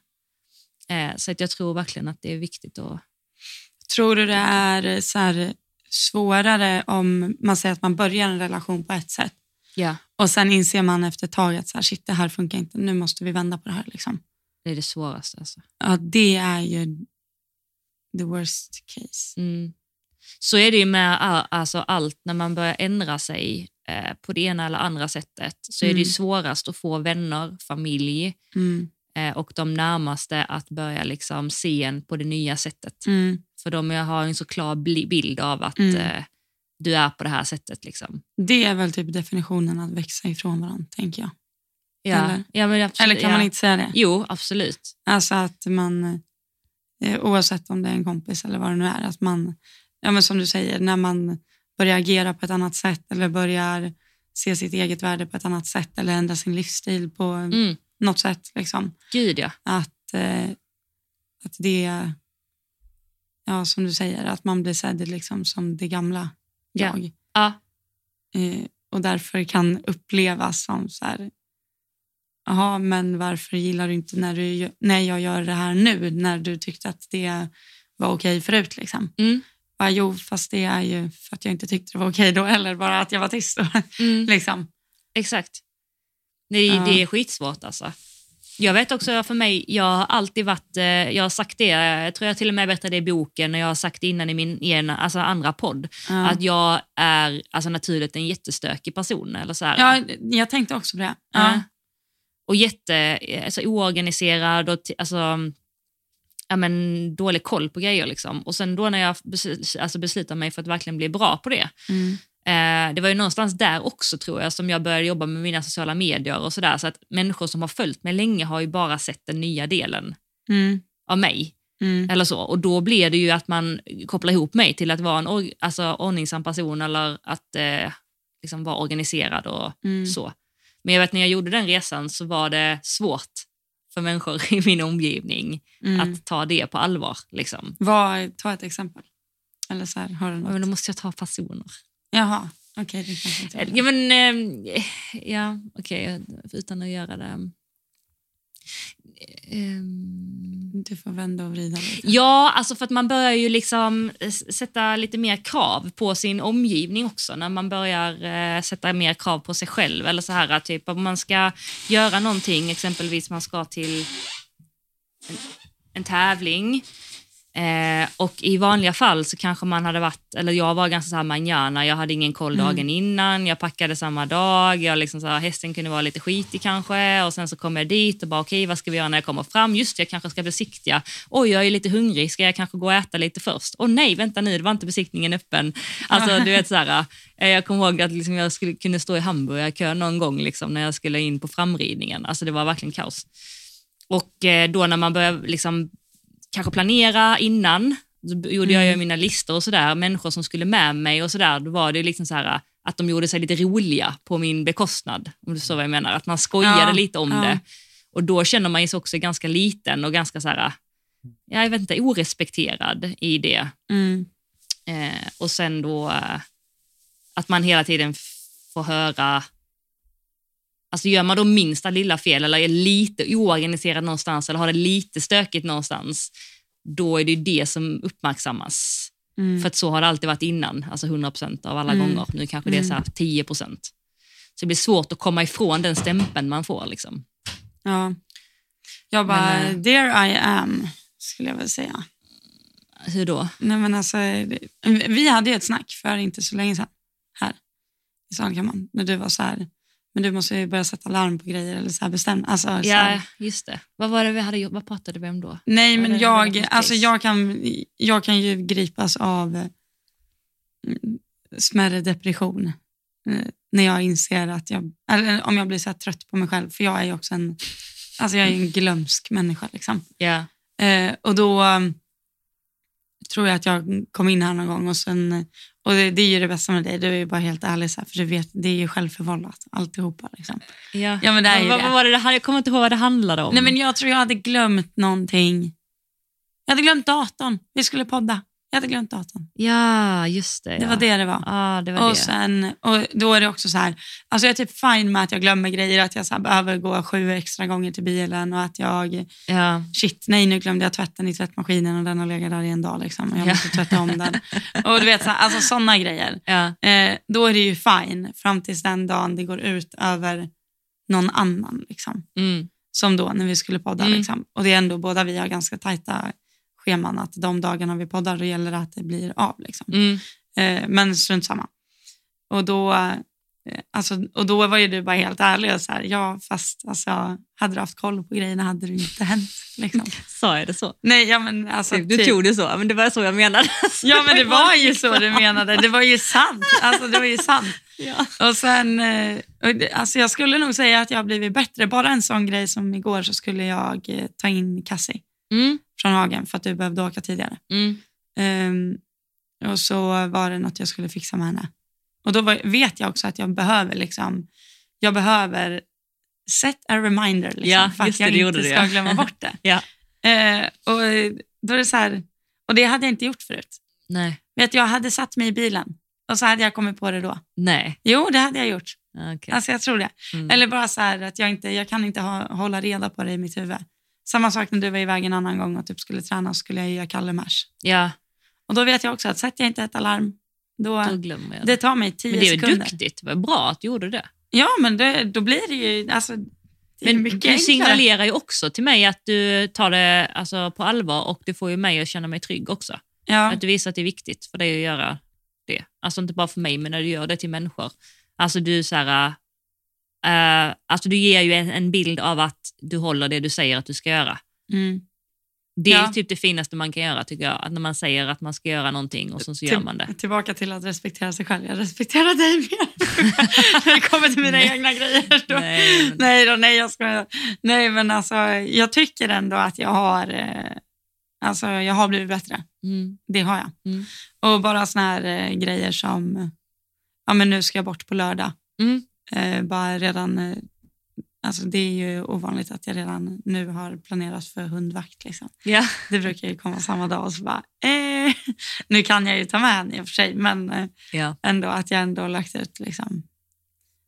[SPEAKER 2] Eh, så att jag tror verkligen att det är viktigt att...
[SPEAKER 3] Tror du det är så här svårare om man säger att man börjar en relation på ett sätt
[SPEAKER 2] Ja,
[SPEAKER 3] och sen inser man efter ett tag att så här, shit, det här funkar inte, nu måste vi vända på det här. Liksom.
[SPEAKER 2] det är det svåraste. Alltså.
[SPEAKER 3] Ja, det är ju the worst case.
[SPEAKER 2] Mm. Så är det ju med all, alltså allt, när man börjar ändra sig eh, på det ena eller andra sättet så är det
[SPEAKER 3] Mm.
[SPEAKER 2] ju svårast att få vänner, familj
[SPEAKER 3] Mm.
[SPEAKER 2] eh, och de närmaste att börja liksom se en på det nya sättet.
[SPEAKER 3] Mm.
[SPEAKER 2] För de har en så klar bli- bild av att
[SPEAKER 3] Mm.
[SPEAKER 2] eh, du är på det här sättet. Liksom.
[SPEAKER 3] Det är väl typ definitionen att växa ifrån varandra, tänker jag.
[SPEAKER 2] Ja.
[SPEAKER 3] Eller?
[SPEAKER 2] ja, men absolut,
[SPEAKER 3] Eller kan
[SPEAKER 2] ja.
[SPEAKER 3] man inte säga det?
[SPEAKER 2] Jo, absolut.
[SPEAKER 3] Alltså att man, eh, oavsett om det är en kompis eller vad det nu är, att man, ja men som du säger, när man börjar agera på ett annat sätt eller börjar se sitt eget värde på ett annat sätt eller ändra sin livsstil på
[SPEAKER 2] Mm.
[SPEAKER 3] något sätt. Liksom.
[SPEAKER 2] Gud ja.
[SPEAKER 3] Att, eh, att det, ja som du säger, att man blir sedd liksom som det gamla
[SPEAKER 2] Ja.
[SPEAKER 3] jag.
[SPEAKER 2] ja.
[SPEAKER 3] Eh, och därför kan upplevas som så här, jaha, men varför gillar du inte när, du, gö- när jag gör det här nu, när du tyckte att det var okej förut? Liksom.
[SPEAKER 2] Mm.
[SPEAKER 3] Bara, jo, fast det är ju för att jag inte tyckte det var okej då, eller bara att jag var tyst då.
[SPEAKER 2] Mm.
[SPEAKER 3] liksom.
[SPEAKER 2] Exakt. Det,
[SPEAKER 3] Ja.
[SPEAKER 2] det är skitsvårt alltså. Jag vet också för mig, jag har alltid varit, eh, jag har sagt det, jag tror jag till och med berättade det i boken och jag har sagt det innan i min i en, alltså andra podd,
[SPEAKER 3] Ja.
[SPEAKER 2] att jag är alltså naturligt en jättestökig person. Eller så här.
[SPEAKER 3] ja, jag tänkte också på det. Ja.
[SPEAKER 2] Ja. Och jätte, alltså, oorganiserad och t- alltså, ja, men, dålig koll på grejer. Liksom. Och sen då när jag bes- alltså, beslutar mig för att verkligen bli bra på det,
[SPEAKER 3] Mm.
[SPEAKER 2] Eh, Det var ju någonstans där också tror jag som jag började jobba med mina sociala medier och sådär. Så att människor som har följt mig länge har ju bara sett den nya delen
[SPEAKER 3] Mm.
[SPEAKER 2] av mig.
[SPEAKER 3] Mm.
[SPEAKER 2] Eller så. Och då blir det ju att man kopplar ihop mig till att vara en or- alltså, ordningsam person eller att eh, liksom vara organiserad och
[SPEAKER 3] Mm.
[SPEAKER 2] så. Men jag vet när jag gjorde den resan så var det svårt för människor i min omgivning
[SPEAKER 3] Mm.
[SPEAKER 2] att ta det på allvar. Liksom.
[SPEAKER 3] Vad, ta ett exempel. Eller så här, har du
[SPEAKER 2] Ja, Men
[SPEAKER 3] något?
[SPEAKER 2] då måste jag ta personer.
[SPEAKER 3] Jaha, okej. det kanske inte var det.
[SPEAKER 2] Ja, men... ehm, Ja, okej. Utan att göra det... Ehm,
[SPEAKER 3] Du får vända och vrida lite.
[SPEAKER 2] Ja, alltså för att man börjar ju liksom eh, s- sätta lite mer krav på sin omgivning också. När man börjar eh, sätta mer krav på sig själv. Eller så här, typ om man ska göra någonting, exempelvis man ska till en, en tävling. Eh, och i vanliga fall så kanske man hade varit, eller jag var ganska så här manjana, jag hade ingen koll dagen innan, jag packade samma dag, jag liksom så här, hästen kunde vara lite skitig kanske och sen så kommer jag dit och bara okej vad ska vi göra när jag kommer fram? Just det, jag kanske ska besiktiga. Oj, jag är lite hungrig, ska jag kanske gå och äta lite först? Åh nej, vänta nu, det var inte besiktningen öppen. Alltså du vet så här, eh, jag kommer ihåg att liksom jag skulle kunna stå i hamburgarkö någon gång liksom, när jag skulle in på framridningen, alltså det var verkligen kaos. Och eh, då när man börjar liksom kanske planera innan. Då b- gjorde
[SPEAKER 3] Mm.
[SPEAKER 2] jag ju mina listor och sådär. Människor som skulle med mig och sådär. Då var det ju liksom så här att de gjorde sig lite roliga på min bekostnad. Om du förstår vad jag menar. Att man skojade
[SPEAKER 3] Ja,
[SPEAKER 2] lite om
[SPEAKER 3] ja.
[SPEAKER 2] det. Och då känner man ju sig också ganska liten och ganska så här, eh, ja, jag vet inte, orespekterad i det.
[SPEAKER 3] Mm.
[SPEAKER 2] Eh, och sen då eh, att man hela tiden f- får höra... Alltså gör man då minsta lilla fel eller är lite oorganiserad någonstans eller har det lite stökigt någonstans, då är det ju det som uppmärksammas.
[SPEAKER 3] Mm.
[SPEAKER 2] För att så har det alltid varit innan, alltså 100% av alla
[SPEAKER 3] Mm.
[SPEAKER 2] gånger. Nu kanske det är så här 10%. Så det blir svårt att komma ifrån den stämpeln man får. Liksom.
[SPEAKER 3] Ja. Jag bara,
[SPEAKER 2] Men, eh,
[SPEAKER 3] there I am, skulle jag väl säga.
[SPEAKER 2] Hur då?
[SPEAKER 3] Nej, men alltså, det- vi hade ju ett snack för inte så länge sedan här i Salkammaren, när du var så här, men du måste ju börja sätta larm på grejer eller så här bestämma. Alltså, så här,
[SPEAKER 2] Ja, just det. Vad, var det vi hade, gjort? vad pratade vi om då?
[SPEAKER 3] Nej,
[SPEAKER 2] Ja, det
[SPEAKER 3] men
[SPEAKER 2] är väl
[SPEAKER 3] jag,
[SPEAKER 2] ditt
[SPEAKER 3] alltså
[SPEAKER 2] case.
[SPEAKER 3] jag, kan, jag kan ju gripas av mm, smärre depression eh, när jag inser att jag, eller om jag blir så här trött på mig själv, för jag är ju också en, alltså jag är ju en glömsk människa. Liksom.
[SPEAKER 2] Ja,
[SPEAKER 3] Eh, och då eh, tror jag att jag kom in här någon gång och sen, och det, det är ju det bästa med dig, du är ju bara helt ärlig så här, för du vet, det är ju självförvållat alltihopa. Liksom.
[SPEAKER 2] ja.
[SPEAKER 3] Ja, men det är ju
[SPEAKER 2] vad,
[SPEAKER 3] det.
[SPEAKER 2] vad var det det här? Jag kommer inte ihåg vad det handlade om.
[SPEAKER 3] Nej, men jag tror jag hade glömt någonting. Jag hade glömt datorn. Vi skulle podda. Jag hade glömt datorn.
[SPEAKER 2] Ja, just det.
[SPEAKER 3] Det
[SPEAKER 2] ja.
[SPEAKER 3] var det det var.
[SPEAKER 2] Ja, det var
[SPEAKER 3] och
[SPEAKER 2] det.
[SPEAKER 3] sen, och då är det också så här, alltså jag är typ fine med att jag glömmer grejer, att jag så här behöver gå sju extra gånger till bilen och att jag,
[SPEAKER 2] ja.
[SPEAKER 3] shit, nej nu glömde jag tvätten i tvättmaskinen och den har legat där i en dag liksom och jag
[SPEAKER 2] Ja.
[SPEAKER 3] måste tvätta om den. Och du vet, så här, alltså sådana grejer.
[SPEAKER 2] Ja.
[SPEAKER 3] Eh, då är det ju fine fram tills den dagen det går ut över någon annan liksom.
[SPEAKER 2] Mm.
[SPEAKER 3] Som då när vi skulle podda.
[SPEAKER 2] Mm.
[SPEAKER 3] Liksom. Och det är ändå båda vi har ganska tajta scheman att de dagarna vi poddar då gäller det att det blir av. Liksom.
[SPEAKER 2] Mm.
[SPEAKER 3] Eh, men strunt samma. Och då, eh, alltså, och då var ju du bara helt ärlig och så här, ja fast alltså, hade du haft koll på grejerna hade det ju inte hänt. Liksom.
[SPEAKER 2] Sa jag det så?
[SPEAKER 3] Nej, ja, men alltså,
[SPEAKER 2] Typ, du
[SPEAKER 3] typ.
[SPEAKER 2] tog det så, men det var så jag menade.
[SPEAKER 3] Ja men det var ju så du menade, det var ju sant. Alltså det var ju sant.
[SPEAKER 2] Ja.
[SPEAKER 3] Och sen, eh, och det- alltså jag skulle nog säga att jag har blivit bättre. Bara en sån grej som igår så skulle jag eh, ta in Cassie
[SPEAKER 2] Mm.
[SPEAKER 3] från Hagen för att du behövde åka tidigare.
[SPEAKER 2] Mm.
[SPEAKER 3] Ehm, och så var det något jag skulle fixa med henne. Och då var, vet jag också att jag behöver liksom, jag behöver set a reminder liksom,
[SPEAKER 2] Ja,
[SPEAKER 3] för att
[SPEAKER 2] just det,
[SPEAKER 3] jag
[SPEAKER 2] det gjorde
[SPEAKER 3] inte
[SPEAKER 2] du,
[SPEAKER 3] ska
[SPEAKER 2] ja.
[SPEAKER 3] glömma bort det.
[SPEAKER 2] Ja.
[SPEAKER 3] Ehm, och, då är det så här, och det hade jag inte gjort förut.
[SPEAKER 2] Nej.
[SPEAKER 3] Vet, du, jag hade satt mig i bilen och så hade jag kommit på det då.
[SPEAKER 2] Nej.
[SPEAKER 3] Jo, det hade jag gjort.
[SPEAKER 2] Okay.
[SPEAKER 3] Alltså jag tror det.
[SPEAKER 2] Mm.
[SPEAKER 3] Eller bara så här att jag inte, jag kan inte ha, hålla reda på det i mitt huvud. Samma sak när du var iväg en annan gång och typ skulle träna så skulle jag ge Kalle mars.
[SPEAKER 2] ja,
[SPEAKER 3] Och då vet jag också att sätter jag inte ett alarm, då,
[SPEAKER 2] då glömmer jag det.
[SPEAKER 3] det tar mig tio
[SPEAKER 2] Men det är ju
[SPEAKER 3] sekunder.
[SPEAKER 2] duktigt. Vad bra att du gjorde det.
[SPEAKER 3] Ja, men det, då blir det ju, alltså, det är
[SPEAKER 2] Men
[SPEAKER 3] mycket
[SPEAKER 2] du
[SPEAKER 3] enklare.
[SPEAKER 2] signalerar ju också till mig att du tar det alltså, på allvar och du får ju mig att känna mig trygg också.
[SPEAKER 3] Ja,
[SPEAKER 2] Att du visar att det är viktigt för dig att göra det. Alltså inte bara för mig, men när du gör det till människor. Alltså du så här, eh, alltså du ger ju en, en bild av att du håller det du säger att du ska göra.
[SPEAKER 3] mm.
[SPEAKER 2] Det är
[SPEAKER 3] Ja.
[SPEAKER 2] typ det finaste man kan göra tycker jag. Att när man säger att man ska göra någonting och sen så gör
[SPEAKER 3] Mm.
[SPEAKER 2] man
[SPEAKER 3] Till-
[SPEAKER 2] det.
[SPEAKER 3] Tillbaka till att respektera sig själv. Jag respekterar dig mer när det kommer till mina
[SPEAKER 2] Nej.
[SPEAKER 3] egna grejer. Då.
[SPEAKER 2] Nej, men-
[SPEAKER 3] nej, då, nej, jag skojar. Nej, men alltså, jag tycker ändå att jag har, eh, alltså, jag har blivit bättre.
[SPEAKER 2] Mm,
[SPEAKER 3] Det har jag.
[SPEAKER 2] Mm.
[SPEAKER 3] Och bara såna här eh, grejer som, ja men nu ska jag bort på lördag.
[SPEAKER 2] mm,
[SPEAKER 3] Eh, bara redan, eh, alltså det är ju ovanligt att jag redan nu har planerat för hundvakt. Liksom.
[SPEAKER 2] ja.
[SPEAKER 3] Det brukar ju komma samma dag och så bara, eh, nu kan jag ju ta med henne i och för sig, men eh,
[SPEAKER 2] ja.
[SPEAKER 3] ändå att jag ändå har lagt ut liksom.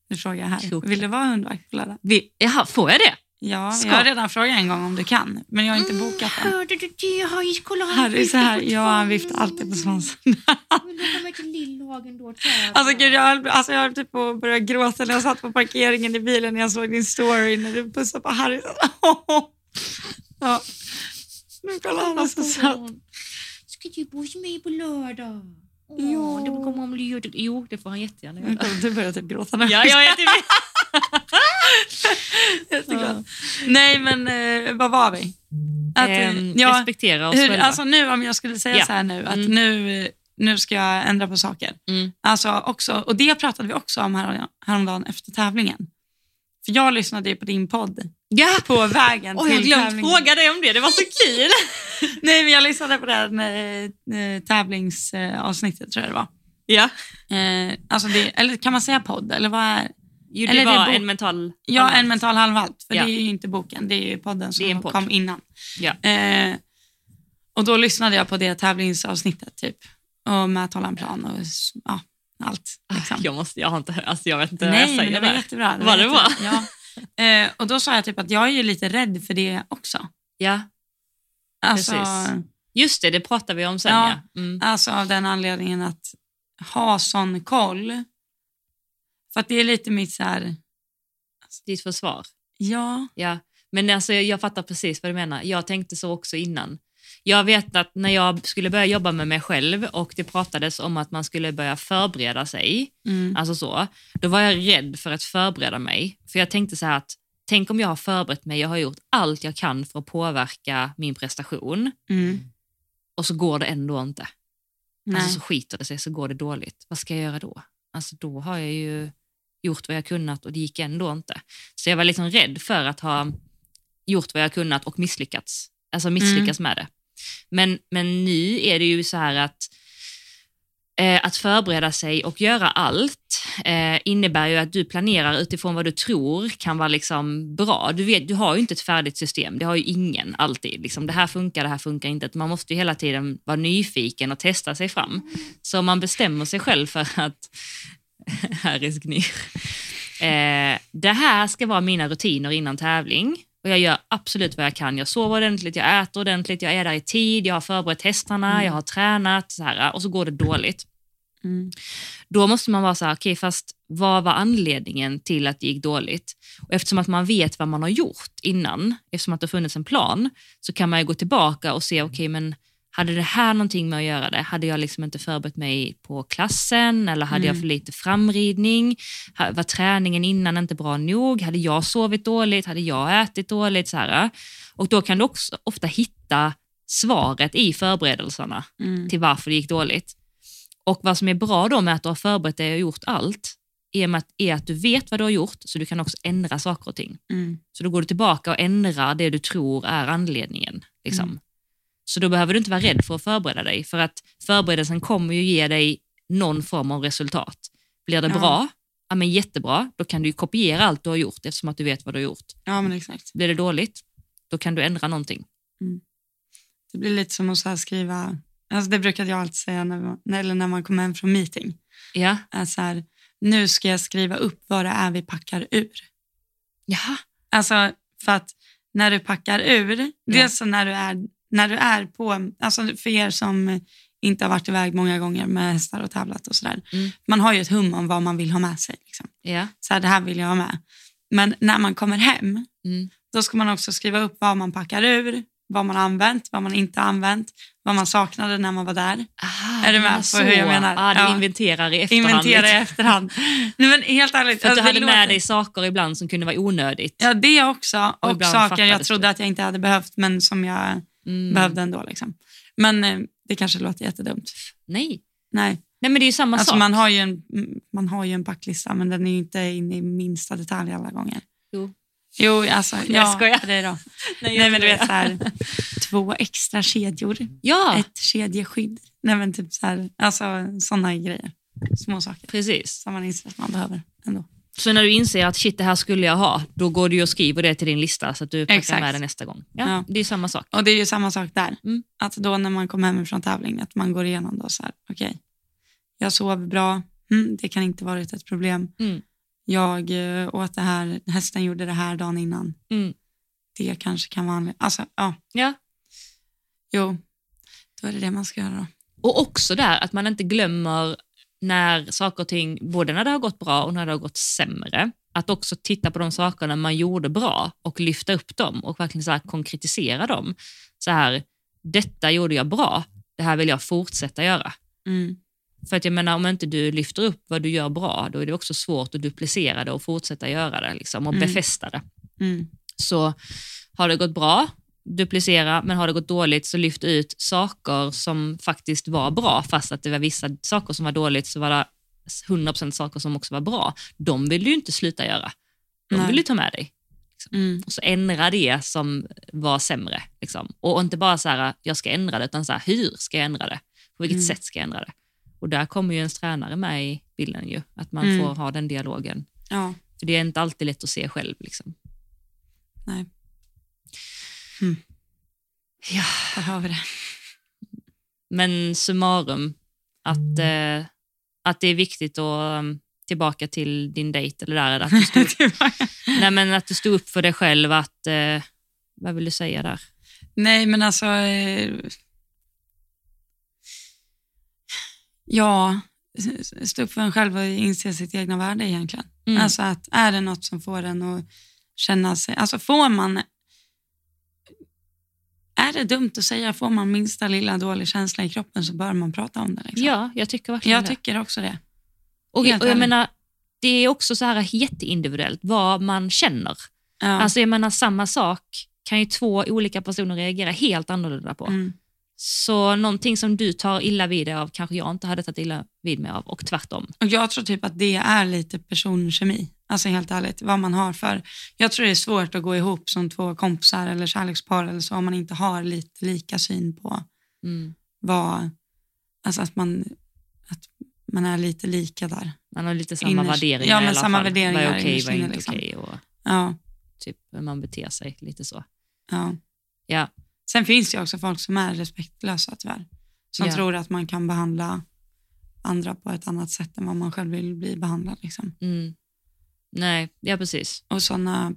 [SPEAKER 3] Nu frågar jag här,
[SPEAKER 2] Klokt.
[SPEAKER 3] vill du vara hundvakt på lördag?
[SPEAKER 2] Vi, jaha, får jag det?
[SPEAKER 3] Ja,
[SPEAKER 2] Ska.
[SPEAKER 3] jag har redan frågat en gång om du kan, men jag har inte
[SPEAKER 2] Mm,
[SPEAKER 3] bokat den.
[SPEAKER 4] Hörde du det? Jag har ju kollat.
[SPEAKER 3] Harry är så här, ja han viftar alltid på svansen.
[SPEAKER 4] Men då kommer till Lillhagen då. tror jag.
[SPEAKER 3] Alltså gud, jag höll, alltså, jag höll typ på att börja gråta när jag satt på parkeringen i bilen när jag såg din story när du pussade på Harry. Ja. Men kolla han var så
[SPEAKER 2] Alltså,
[SPEAKER 3] söt.
[SPEAKER 4] Ska du bo hos mig på lördag? Åh,
[SPEAKER 3] Ja.
[SPEAKER 4] det kommer
[SPEAKER 2] om du gör det. Jo, det får han jättegärna
[SPEAKER 3] Men
[SPEAKER 2] göra.
[SPEAKER 3] kolla, Du börjar typ gråta nu.
[SPEAKER 2] Ja, jag är typ...
[SPEAKER 3] Jätteglad. Nej men eh, vad var vi? Att, eh,
[SPEAKER 2] Ehm,
[SPEAKER 3] ja,
[SPEAKER 2] Respektera oss
[SPEAKER 3] hur,
[SPEAKER 2] själva.
[SPEAKER 3] alltså nu om jag skulle säga
[SPEAKER 2] Ja.
[SPEAKER 3] så här nu, att
[SPEAKER 2] Mm.
[SPEAKER 3] nu, nu ska jag ändra på saker.
[SPEAKER 2] Mm.
[SPEAKER 3] Alltså också, och det pratade vi också om här, häromdagen efter tävlingen. För jag lyssnade ju på din podd
[SPEAKER 2] ja.
[SPEAKER 3] på vägen
[SPEAKER 2] Oj, jag har
[SPEAKER 3] till
[SPEAKER 2] glömt
[SPEAKER 3] tävlingen.
[SPEAKER 2] fråga dig om det. Det var så kul.
[SPEAKER 3] Nej, men jag lyssnade på det här eh, eh, tävlingsavsnittet tror jag det var.
[SPEAKER 2] ja.
[SPEAKER 3] Eh, alltså det, eller kan man säga podd? Eller vad är,
[SPEAKER 2] Jo, det
[SPEAKER 3] Eller det
[SPEAKER 2] var
[SPEAKER 3] är bo-
[SPEAKER 2] en mental...
[SPEAKER 3] ja, en mental halvhalt. För
[SPEAKER 2] Ja.
[SPEAKER 3] det är ju inte boken, det är ju podden
[SPEAKER 2] Det är
[SPEAKER 3] som
[SPEAKER 2] en podd.
[SPEAKER 3] kom innan.
[SPEAKER 2] Ja.
[SPEAKER 3] Eh, och då lyssnade jag på det tävlingsavsnittet typ. Och med att hålla en plan och s- ja, allt. Liksom.
[SPEAKER 2] Ah, Jag, måste, jag, har inte, alltså jag vet inte vad
[SPEAKER 3] Nej,
[SPEAKER 2] jag
[SPEAKER 3] men det
[SPEAKER 2] säger
[SPEAKER 3] var
[SPEAKER 2] där.
[SPEAKER 3] jättebra.
[SPEAKER 2] Var det
[SPEAKER 3] jättebra. Ja. Eh, och då sa jag typ att jag är ju lite rädd för det också.
[SPEAKER 2] Ja.
[SPEAKER 3] Alltså,
[SPEAKER 2] Precis. Just det, det pratar vi om sen. Ja.
[SPEAKER 3] Ja.
[SPEAKER 2] Mm.
[SPEAKER 3] Alltså av den anledningen att ha sån koll. För att det är lite mitt så här,
[SPEAKER 2] Alltså, Ditt försvar.
[SPEAKER 3] ja,
[SPEAKER 2] Ja. Men alltså, jag, jag fattar precis vad du menar. Jag tänkte så också innan. Jag vet att när jag skulle börja jobba med mig själv och det pratades om att man skulle börja förbereda sig,
[SPEAKER 3] mm,
[SPEAKER 2] alltså så, då var jag rädd för att förbereda mig. För jag tänkte så här att tänk om jag har förberett mig, jag har gjort allt jag kan för att påverka min prestation
[SPEAKER 3] mm,
[SPEAKER 2] och så går det ändå inte.
[SPEAKER 3] nej.
[SPEAKER 2] Alltså så skiter det sig så går det dåligt. Vad ska jag göra då? Alltså då har jag ju gjort vad jag kunnat och det gick ändå inte. Så jag var liksom rädd för att ha gjort vad jag kunnat och misslyckats. Alltså misslyckats med det. Men, men nu är det ju så här att eh, att förbereda sig och göra allt eh, innebär ju att du planerar utifrån vad du tror kan vara liksom bra. Du, vet, du har ju inte ett färdigt system, det har ju ingen alltid. Liksom, det här funkar, det här funkar inte. Man måste ju hela tiden vara nyfiken och testa sig fram. Så man bestämmer sig själv för att, Harrys gnir, eh, det här ska vara mina rutiner innan tävling. Och jag gör absolut vad jag kan. Jag sover ordentligt, jag äter ordentligt, jag är där i tid, jag har förberett hästarna, jag har tränat så här, och så går det dåligt
[SPEAKER 3] Mm,
[SPEAKER 2] då måste man vara så här, okej, fast vad var anledningen till att det gick dåligt? Och eftersom att man vet vad man har gjort innan, eftersom att det har funnits en plan, så kan man ju gå tillbaka och se, okej, men hade det här någonting med att göra det? Hade jag liksom inte förberett mig på klassen eller hade jag
[SPEAKER 3] Mm.
[SPEAKER 2] för lite framridning? Ha- Var träningen innan inte bra nog? Hade jag sovit dåligt? Hade jag ätit dåligt? Så här. Och då kan du också ofta hitta svaret i förberedelserna
[SPEAKER 3] mm,
[SPEAKER 2] till varför det gick dåligt. Och vad som är bra då med att du har förberett dig och gjort allt är, med att, är att du vet vad du har gjort så du kan också ändra saker och ting.
[SPEAKER 3] mm,
[SPEAKER 2] Så då går du tillbaka och ändrar det du tror är anledningen. Liksom.
[SPEAKER 3] Mm.
[SPEAKER 2] Så då behöver du inte vara rädd för att förbereda dig för att förberedelsen kommer ju ge dig någon form av resultat. Blir det
[SPEAKER 3] Ja.
[SPEAKER 2] bra, ja, men jättebra, då kan du ju kopiera allt du har gjort eftersom att du vet vad du har gjort.
[SPEAKER 3] ja, men exakt.
[SPEAKER 2] Blir det dåligt, då kan du ändra någonting.
[SPEAKER 3] Det blir lite som att så här skriva, alltså det brukade jag alltid säga när, man- när- eller när man kommer hem från meeting.
[SPEAKER 2] Ja.
[SPEAKER 3] Är så här, nu ska jag skriva upp vad det är vi packar ur.
[SPEAKER 2] Jaha.
[SPEAKER 3] Alltså för att när du packar ur, dels så när du är, när du är på, alltså för er som inte har varit iväg många gånger med hästar och tävlat och sådär.
[SPEAKER 2] Mm.
[SPEAKER 3] Man har ju ett hum om vad man vill ha med sig. Liksom.
[SPEAKER 2] Ja.
[SPEAKER 3] Så här, det här vill jag ha med. Men när man kommer hem,
[SPEAKER 2] Mm.
[SPEAKER 3] då ska man också skriva upp vad man packar ur, vad man har använt, vad man inte har använt, vad man saknade när man var där.
[SPEAKER 2] Aha,
[SPEAKER 3] Är du
[SPEAKER 2] det
[SPEAKER 3] med
[SPEAKER 2] var
[SPEAKER 3] på
[SPEAKER 2] så.
[SPEAKER 3] hur jag menar?
[SPEAKER 2] Ja, du
[SPEAKER 3] Ja.
[SPEAKER 2] inventerar i efterhand.
[SPEAKER 3] Inventera i
[SPEAKER 2] lite.
[SPEAKER 3] efterhand. Nej, men helt ärligt.
[SPEAKER 2] För att du
[SPEAKER 3] alltså, det
[SPEAKER 2] hade med
[SPEAKER 3] låter-
[SPEAKER 2] dig saker ibland som kunde vara onödigt.
[SPEAKER 3] Ja, det också.
[SPEAKER 2] Och
[SPEAKER 3] Och,
[SPEAKER 2] ibland
[SPEAKER 3] saker jag
[SPEAKER 2] fattades
[SPEAKER 3] trodde
[SPEAKER 2] det.
[SPEAKER 3] att jag inte hade behövt, men som jag
[SPEAKER 2] Mm.
[SPEAKER 3] behövde ändå. Liksom. Men eh, det kanske låter jättedumt.
[SPEAKER 2] Nej.
[SPEAKER 3] Nej,
[SPEAKER 2] Nej, men det är ju samma
[SPEAKER 3] alltså
[SPEAKER 2] sak.
[SPEAKER 3] man har, ju en, mm, man har ju en packlista men den är ju inte inne i minsta detalj alla gånger.
[SPEAKER 2] Jo.
[SPEAKER 3] Jo, alltså.
[SPEAKER 2] Jag
[SPEAKER 3] ja,
[SPEAKER 2] skojar.
[SPEAKER 3] Det är då.
[SPEAKER 2] Nej,
[SPEAKER 3] Nej, men du vet så här, två extra kedjor,
[SPEAKER 2] Ja,
[SPEAKER 3] ett kedjeskydd. Nej, men typ så här, alltså sådana grejer. Små saker
[SPEAKER 2] precis.
[SPEAKER 3] som man inser att man behöver ändå.
[SPEAKER 2] Så när du inser att shit, det här skulle jag ha, då går du ju och skriver det till din lista så att du packar
[SPEAKER 3] Exakt.
[SPEAKER 2] med det nästa gång. Ja,
[SPEAKER 3] Ja.
[SPEAKER 2] Det är ju samma sak.
[SPEAKER 3] Och det är ju samma sak där.
[SPEAKER 2] Mm.
[SPEAKER 3] Att då när man kommer hem från tävling, att man går igenom då så här, okej, jag sov bra, mm, det kan inte varit ett problem.
[SPEAKER 2] Mm.
[SPEAKER 3] Jag eh, åt det här, hästen gjorde det här dagen innan.
[SPEAKER 2] Mm.
[SPEAKER 3] det kanske kan vara anledningen. Alltså, ja,
[SPEAKER 2] Ja.
[SPEAKER 3] jo. Då är det det man ska göra då.
[SPEAKER 2] Och också där att man inte glömmer när saker och ting, både när det har gått bra och när det har gått sämre, att också titta på de sakerna man gjorde bra och lyfta upp dem och verkligen så här konkretisera dem. Så här, detta gjorde jag bra, det här vill jag fortsätta göra.
[SPEAKER 3] Mm.
[SPEAKER 2] För att jag menar, om inte du lyfter upp vad du gör bra, då är det också svårt att duplicera det och fortsätta göra det liksom, och
[SPEAKER 3] Mm.
[SPEAKER 2] befästa det.
[SPEAKER 3] Mm.
[SPEAKER 2] Så har det gått bra, duplicera, men har det gått dåligt så lyft ut saker som faktiskt var bra, fast att det var vissa saker som var dåligt så var det 100% saker som också var bra. De vill du ju inte sluta göra. De
[SPEAKER 3] Nej.
[SPEAKER 2] vill du ta med dig.
[SPEAKER 3] Mm.
[SPEAKER 2] Och så ändra det som var sämre. Liksom. Och inte bara så här, jag ska ändra det, utan så här, hur ska jag ändra det? På vilket
[SPEAKER 3] Mm.
[SPEAKER 2] sätt ska jag ändra det? Och där kommer ju ens tränare med i bilden ju, att man
[SPEAKER 3] Mm.
[SPEAKER 2] får ha den dialogen.
[SPEAKER 3] Ja,
[SPEAKER 2] För det är inte alltid lätt att se själv. Liksom.
[SPEAKER 3] nej,
[SPEAKER 2] Hm. Ja.
[SPEAKER 3] där har vi det.
[SPEAKER 2] Men summarum, att,
[SPEAKER 3] Mm.
[SPEAKER 2] eh, att det är viktigt att um, tillbaka till din dejt, eller där, att du, stod, nej, men att du stod upp för dig själv, att, eh, vad vill du säga där?
[SPEAKER 3] nej, men alltså... eh, Ja, s- stå upp för en själv och inse sitt egna värde egentligen.
[SPEAKER 2] Mm.
[SPEAKER 3] Alltså att är det något som får en att känna sig... Alltså får man... Är det dumt att säga, får man minsta lilla dålig känsla i kroppen så bör man prata om det. Liksom.
[SPEAKER 2] ja, jag tycker verkligen
[SPEAKER 3] jag
[SPEAKER 2] det.
[SPEAKER 3] tycker också det.
[SPEAKER 2] Och,
[SPEAKER 3] Helt
[SPEAKER 2] och jag
[SPEAKER 3] ärligt.
[SPEAKER 2] menar, det är också så här jätteindividuellt vad man känner.
[SPEAKER 3] Ja.
[SPEAKER 2] Alltså jag menar samma sak kan ju två olika personer reagera helt annorlunda på.
[SPEAKER 3] mm.
[SPEAKER 2] Så någonting som du tar illa vid dig av kanske jag inte hade tagit illa vid mig av och tvärtom.
[SPEAKER 3] Och jag tror typ att det är lite personkemi. Alltså helt ärligt, vad man har för... Jag tror det är svårt att gå ihop som två kompisar eller kärlekspar eller så om man inte har lite lika syn på
[SPEAKER 2] Mm.
[SPEAKER 3] vad... Alltså att man, att man är lite lika där.
[SPEAKER 2] Man har lite samma
[SPEAKER 3] Innerst-
[SPEAKER 2] värderingar
[SPEAKER 3] ja, men
[SPEAKER 2] i alla
[SPEAKER 3] samma
[SPEAKER 2] fall. Vad
[SPEAKER 3] värderingar
[SPEAKER 2] är okej, vad är
[SPEAKER 3] innerst inne,
[SPEAKER 2] inte
[SPEAKER 3] liksom.
[SPEAKER 2] okej och
[SPEAKER 3] Ja,
[SPEAKER 2] typ hur man beter sig lite så.
[SPEAKER 3] ja.
[SPEAKER 2] Ja,
[SPEAKER 3] Sen finns det ju också folk som är respektlösa tyvärr. Som
[SPEAKER 2] Ja.
[SPEAKER 3] tror att man kan behandla andra på ett annat sätt än vad man själv vill bli behandlad. Liksom.
[SPEAKER 2] mm. Nej, ja precis.
[SPEAKER 3] Och sådana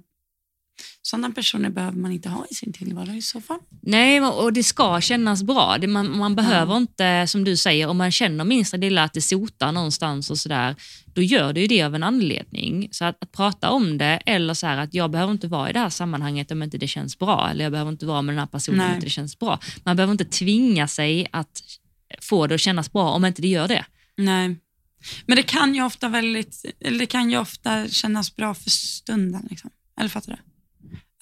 [SPEAKER 3] såna personer behöver man inte ha i sin tillvaro i så fall.
[SPEAKER 2] Nej, och och det ska kännas bra. Det, man, man behöver inte, som du säger, om man känner minsta lilla att det sotar någonstans och sådär, då gör det ju det av en anledning. Så att, att prata om det, eller så här att jag behöver inte vara i det här sammanhanget om inte det känns bra, eller jag behöver inte vara med den här personen om
[SPEAKER 3] Nej.
[SPEAKER 2] inte det känns bra. Man behöver inte tvinga sig att få det att kännas bra om inte det gör det.
[SPEAKER 3] Nej. Men det kan ju ofta väldigt, eller det kan ju ofta kännas bra för stunden. Liksom. Eller fattar du?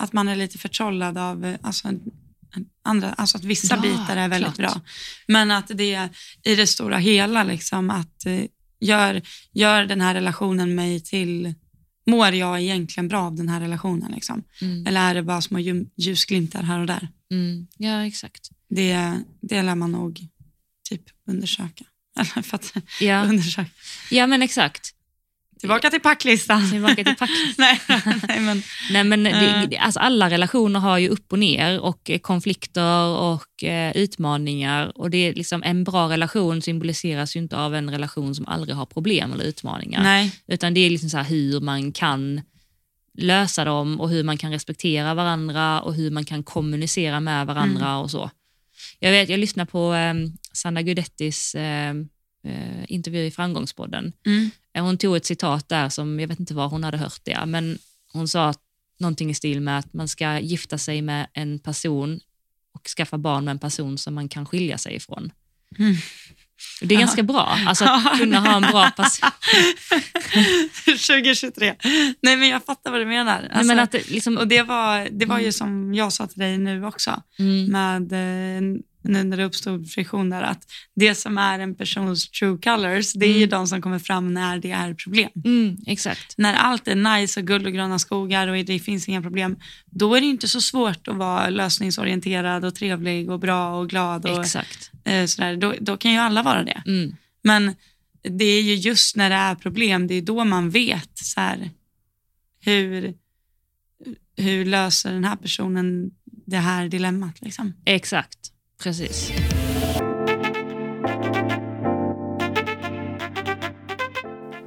[SPEAKER 3] Att man är lite förtrollad av eh, alltså, en- en- andra, alltså att vissa
[SPEAKER 2] Ja,
[SPEAKER 3] bitar är väldigt
[SPEAKER 2] klart.
[SPEAKER 3] bra. Men att det i det stora hela, liksom, att eh, gör, gör den här relationen mig till, mår jag egentligen bra av den här relationen? Liksom? Eller är det bara små ljum- ljusglimtar här och där?
[SPEAKER 2] Mm. Ja, exakt.
[SPEAKER 3] Det, det lär man nog typ undersöka. Eller för att
[SPEAKER 2] Ja,
[SPEAKER 3] undersöka.
[SPEAKER 2] ja men exakt.
[SPEAKER 3] Tillbaka till packlistan.
[SPEAKER 2] Tillbaka till packlistan.
[SPEAKER 3] nej, nej, men,
[SPEAKER 2] Nej, men det,
[SPEAKER 3] Eh.
[SPEAKER 2] det- alltså alla relationer har ju upp och ner och eh, konflikter och eh, utmaningar. Och det är liksom, en bra relation symboliseras ju inte av en relation som aldrig har problem eller utmaningar.
[SPEAKER 3] nej.
[SPEAKER 2] Utan det är liksom så här hur man kan lösa dem och hur man kan respektera varandra och hur man kan kommunicera med varandra
[SPEAKER 3] Mm.
[SPEAKER 2] och så. Jag vet, jag lyssnade på eh, Sanna Gudettis eh, eh, intervju i Framgångspodden.
[SPEAKER 3] Mm.
[SPEAKER 2] Eh, Hon tog ett citat där som, jag vet inte var hon hade hört det, men hon sa att- någonting i stil med att man ska gifta sig med en person och skaffa barn med en person som man kan skilja sig ifrån.
[SPEAKER 3] Mm.
[SPEAKER 2] Och Det är ganska bra, alltså att kunna ha en bra person.
[SPEAKER 3] 2023. Nej, men jag fattar vad du menar.
[SPEAKER 2] Nej, men
[SPEAKER 3] Alltså,
[SPEAKER 2] att Mm. det liksom,
[SPEAKER 3] och det var, det var ju som jag sa till dig nu också,
[SPEAKER 2] mm,
[SPEAKER 3] med, eh, nu när det uppstod friktion där, att det som är en persons true colors, det är ju
[SPEAKER 2] Mm.
[SPEAKER 3] de som kommer fram när det är problem.
[SPEAKER 2] mm, exakt.
[SPEAKER 3] När allt är nice och guld och gröna skogar och det finns inga problem, då är det ju inte så svårt att vara lösningsorienterad och trevlig och bra och glad. Och,
[SPEAKER 2] Exakt.
[SPEAKER 3] eh, sådär. Då, då kan ju alla vara det.
[SPEAKER 2] Mm.
[SPEAKER 3] Men det är ju just när det är problem, det är då man vet så här, hur, hur löser den här personen det här dilemmat. Liksom.
[SPEAKER 2] Exakt, precis.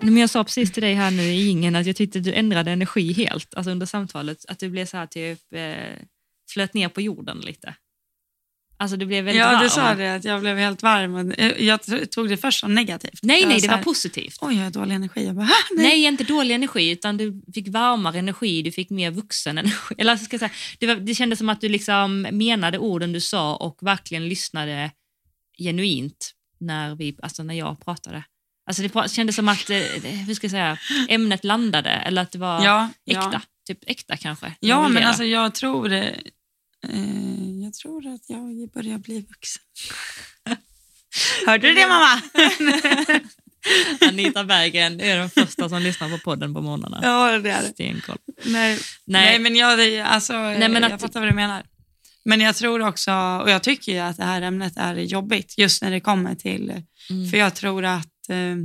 [SPEAKER 2] Men jag sa precis till dig här nu i ingen att jag tyckte du ändrade energi helt alltså under samtalet. Att du blev så här typ eh, flöt ner på jorden lite. Alltså du blev väldigt
[SPEAKER 3] Ja,
[SPEAKER 2] varm.
[SPEAKER 3] du sa det, att jag blev helt varm. Och eh, jag t- tog det först som negativt.
[SPEAKER 2] Nej,
[SPEAKER 3] Jag
[SPEAKER 2] nej, det
[SPEAKER 3] så
[SPEAKER 2] var
[SPEAKER 3] här,
[SPEAKER 2] positivt.
[SPEAKER 3] Oj, jag har dålig energi. Jag bara, "Hä? nej.
[SPEAKER 2] Nej, inte dålig energi, utan du fick varmare energi, du fick mer vuxen energi. Eller alltså, ska jag säga, det, var, det kändes som att du liksom menade orden du sa och verkligen lyssnade genuint när, vi, alltså när jag pratade. Alltså det pra- kändes som att eh, hur ska jag säga, ämnet landade, eller att det var
[SPEAKER 3] Ja,
[SPEAKER 2] äkta.
[SPEAKER 3] ja.
[SPEAKER 2] Typ äkta kanske.
[SPEAKER 3] ja men
[SPEAKER 2] Leverera.
[SPEAKER 3] alltså jag tror, eh, eh, jag tror att jag börjar bli vuxen. Hörde du det mamma?
[SPEAKER 2] Anita Berggren är den första som lyssnar på podden på morgnarna.
[SPEAKER 3] Ja, det är det.
[SPEAKER 2] Stenkoll.
[SPEAKER 3] Nej,
[SPEAKER 2] Nej.
[SPEAKER 3] nej. men, jag, det- alltså,
[SPEAKER 2] Nej, men
[SPEAKER 3] jag
[SPEAKER 2] att-
[SPEAKER 3] fattar vad du menar. Men jag tror också, och jag tycker ju att det här ämnet är jobbigt just när det kommer till,
[SPEAKER 2] Mm.
[SPEAKER 3] för jag tror att eh,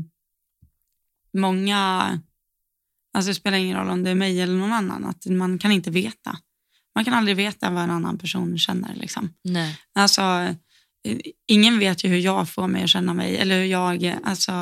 [SPEAKER 3] många, alltså det spelar ingen roll om det är mig eller någon annan, att man kan inte veta. Man kan aldrig veta vad en annan person känner. Liksom.
[SPEAKER 2] Nej.
[SPEAKER 3] Alltså, eh, ingen vet ju hur jag får mig att känna mig eller hur jag, eh, alltså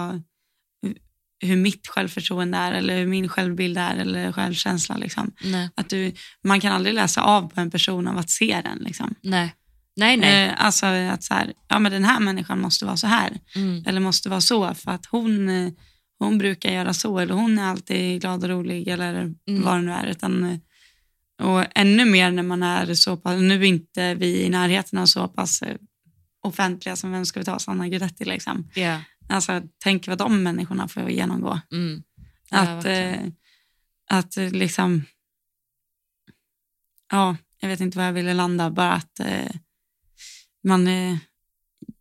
[SPEAKER 3] hu- hur mitt självförtroende är eller hur min självbild är eller självkänsla. Liksom.
[SPEAKER 2] Nej.
[SPEAKER 3] Att du, man kan aldrig läsa av på en person av att se den. Liksom.
[SPEAKER 2] Nej. Nej, nej.
[SPEAKER 3] Eh, alltså att så här, ja men den här människan måste vara så här
[SPEAKER 2] Mm.
[SPEAKER 3] eller måste vara så för att hon, eh, hon brukar göra så eller hon är alltid glad och rolig eller vad det nu är. Utan, eh, och ännu mer när man är så pass, nu är inte vi i närheten av så pass eh, offentliga som vem ska vi ta, Sanna Guidetti liksom.
[SPEAKER 2] Ja.
[SPEAKER 3] Alltså tänk vad de människorna får genomgå.
[SPEAKER 2] Mm. Ja,
[SPEAKER 3] Att,
[SPEAKER 2] verkligen.
[SPEAKER 3] eh, att eh, liksom, ja, jag vet inte var jag ville landa, bara att eh, man, eh,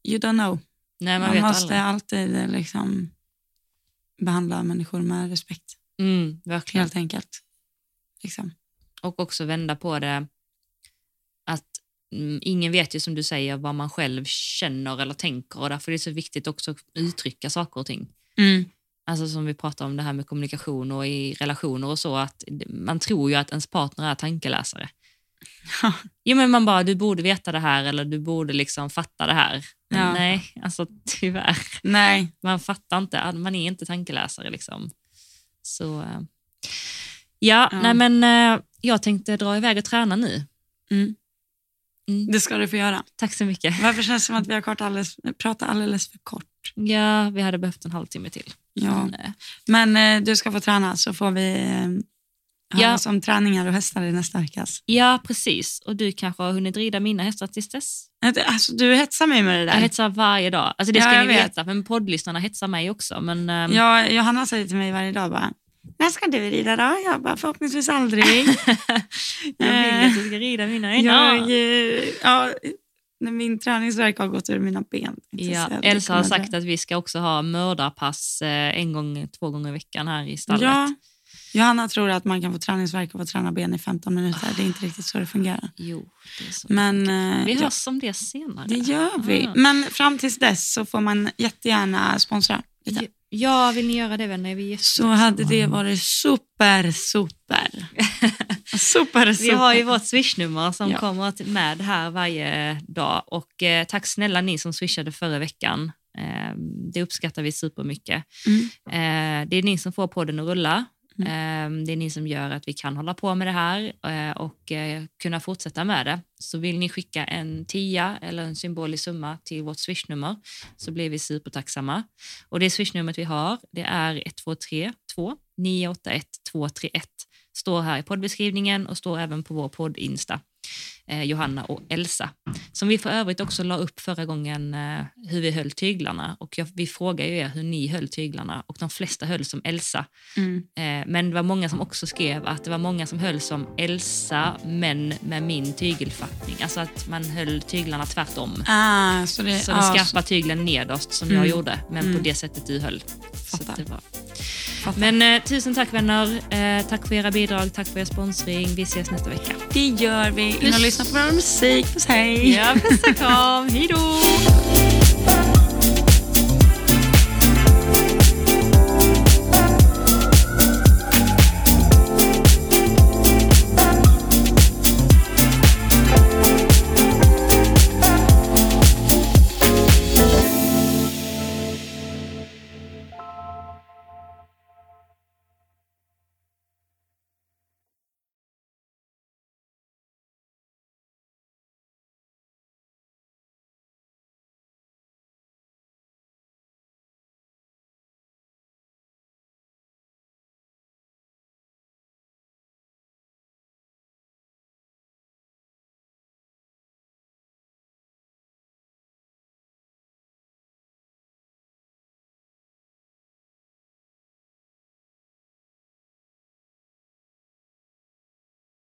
[SPEAKER 3] you don't know.
[SPEAKER 2] nej, man,
[SPEAKER 3] Man,
[SPEAKER 2] vet
[SPEAKER 3] måste
[SPEAKER 2] aldrig.
[SPEAKER 3] alltid eh, liksom behandla människor med respekt,
[SPEAKER 2] Mm, verkligen.
[SPEAKER 3] helt enkelt. Liksom.
[SPEAKER 2] Och också vända på det. Att mm, Ingen vet ju som du säger vad man själv känner eller tänker och därför är det så viktigt också att uttrycka saker och ting. Alltså som vi pratade om det här med kommunikation och i relationer och så. att Man tror ju att ens partner är tankeläsare.
[SPEAKER 3] Ja.
[SPEAKER 2] Ja, men man bara, du borde veta det här eller du borde liksom fatta det här. Men
[SPEAKER 3] Ja.
[SPEAKER 2] Nej, alltså tyvärr.
[SPEAKER 3] Nej,
[SPEAKER 2] Man fattar inte, äh, man är inte tankeläsare liksom. Så, eh, ja,
[SPEAKER 3] Ja.
[SPEAKER 2] nej men eh, jag tänkte dra iväg och träna nu.
[SPEAKER 3] mm.
[SPEAKER 2] Mm.
[SPEAKER 3] det ska du få göra.
[SPEAKER 2] Tack så mycket.
[SPEAKER 3] Varför känns det som att vi har kort alldeles, pratat alldeles för kort?
[SPEAKER 2] Ja, vi hade behövt en halvtimme till.
[SPEAKER 3] Ja.
[SPEAKER 2] Men, eh,
[SPEAKER 3] Men eh, du ska få träna så får vi eh, höra
[SPEAKER 2] Ja.
[SPEAKER 3] som träningar och hästar i nästa veckas.
[SPEAKER 2] ja, precis. Och du kanske har hunnit rida mina hästar tills dess?
[SPEAKER 3] Alltså, du hetsar mig med det
[SPEAKER 2] Jag
[SPEAKER 3] där.
[SPEAKER 2] hetsar varje dag. Alltså det
[SPEAKER 3] Ja,
[SPEAKER 2] ska
[SPEAKER 3] jag
[SPEAKER 2] ni
[SPEAKER 3] vet.
[SPEAKER 2] veta, men poddlyssnarna hetsar mig också. Men, ehm,
[SPEAKER 3] Ja, Johanna säger till mig varje dag bara, när ska du rida då? Jag bara, förhoppningsvis aldrig. Eh,
[SPEAKER 2] jag vill ju att du ska rida mina
[SPEAKER 3] jag,
[SPEAKER 2] idag.
[SPEAKER 3] eh, ja, när min träningsvärk har gått ur mina ben. tänkte jag
[SPEAKER 2] Ja,
[SPEAKER 3] säga. Det
[SPEAKER 2] Elsa har
[SPEAKER 3] kommer
[SPEAKER 2] sagt att vi ska också ha mördarpass eh, en gång, två gånger i veckan här i
[SPEAKER 3] bli-
[SPEAKER 2] stallet.
[SPEAKER 3] Ja, Johanna tror att man kan få träningsvärk av att träna ben i 15 minuter. Det är inte riktigt så det fungerar.
[SPEAKER 2] Jo, det är så.
[SPEAKER 3] Men eh,
[SPEAKER 2] Vi
[SPEAKER 3] ja,
[SPEAKER 2] hörs om det senare.
[SPEAKER 3] det gör vi.
[SPEAKER 2] Ah.
[SPEAKER 3] Men fram tills dess så får man jättegärna sponsra. Lite.
[SPEAKER 2] Ja, vill ni göra det vänner? Vi är
[SPEAKER 3] Så hade
[SPEAKER 2] Ah.
[SPEAKER 3] det varit super, super. Super, super.
[SPEAKER 2] Vi har ju vårt swishnummer som
[SPEAKER 3] Ja.
[SPEAKER 2] kommer att- med här varje dag. Och eh, tack snälla ni som swishade förra veckan. Eh, det uppskattar vi supermycket.
[SPEAKER 3] Mm.
[SPEAKER 2] Eh, det är ni som får podden att rulla. Eh, det är ni som gör att vi kan hålla på med det här eh, och eh, kunna fortsätta med det. Så vill ni skicka en tia eller en symbolisk summa till vårt swishnummer så blir vi supertacksamma. Och det swishnumret vi har det är 123 2 981 231. Står här i poddbeskrivningen och står även på vår podd-insta. Eh, Johanna och Elsa. Som vi för övrigt också la upp förra gången eh, hur vi höll tyglarna. Och jag, vi frågade ju er hur ni höll tyglarna och de flesta höll som Elsa.
[SPEAKER 3] Mm.
[SPEAKER 2] Eh, men det var många som också skrev att det var många som höll som Elsa men med min tygelfattning. Alltså att man höll tyglarna tvärtom.
[SPEAKER 3] Ah, så det,
[SPEAKER 2] Så
[SPEAKER 3] ah,
[SPEAKER 2] den skarpa tygeln nederst som jag
[SPEAKER 3] Mm.
[SPEAKER 2] gjorde men på
[SPEAKER 3] Mm.
[SPEAKER 2] det sättet du höll. Så
[SPEAKER 3] Fattar.
[SPEAKER 2] att det var.
[SPEAKER 3] Fattar.
[SPEAKER 2] Men eh, tusen tack vänner. Eh, tack för era bidrag, tack för er sponsring. Vi ses nästa vecka.
[SPEAKER 3] Det gör vi. In och
[SPEAKER 2] Puss.
[SPEAKER 3] lyssna på vår musik. Puss hej!
[SPEAKER 2] Ja, puss och kram. Hej då!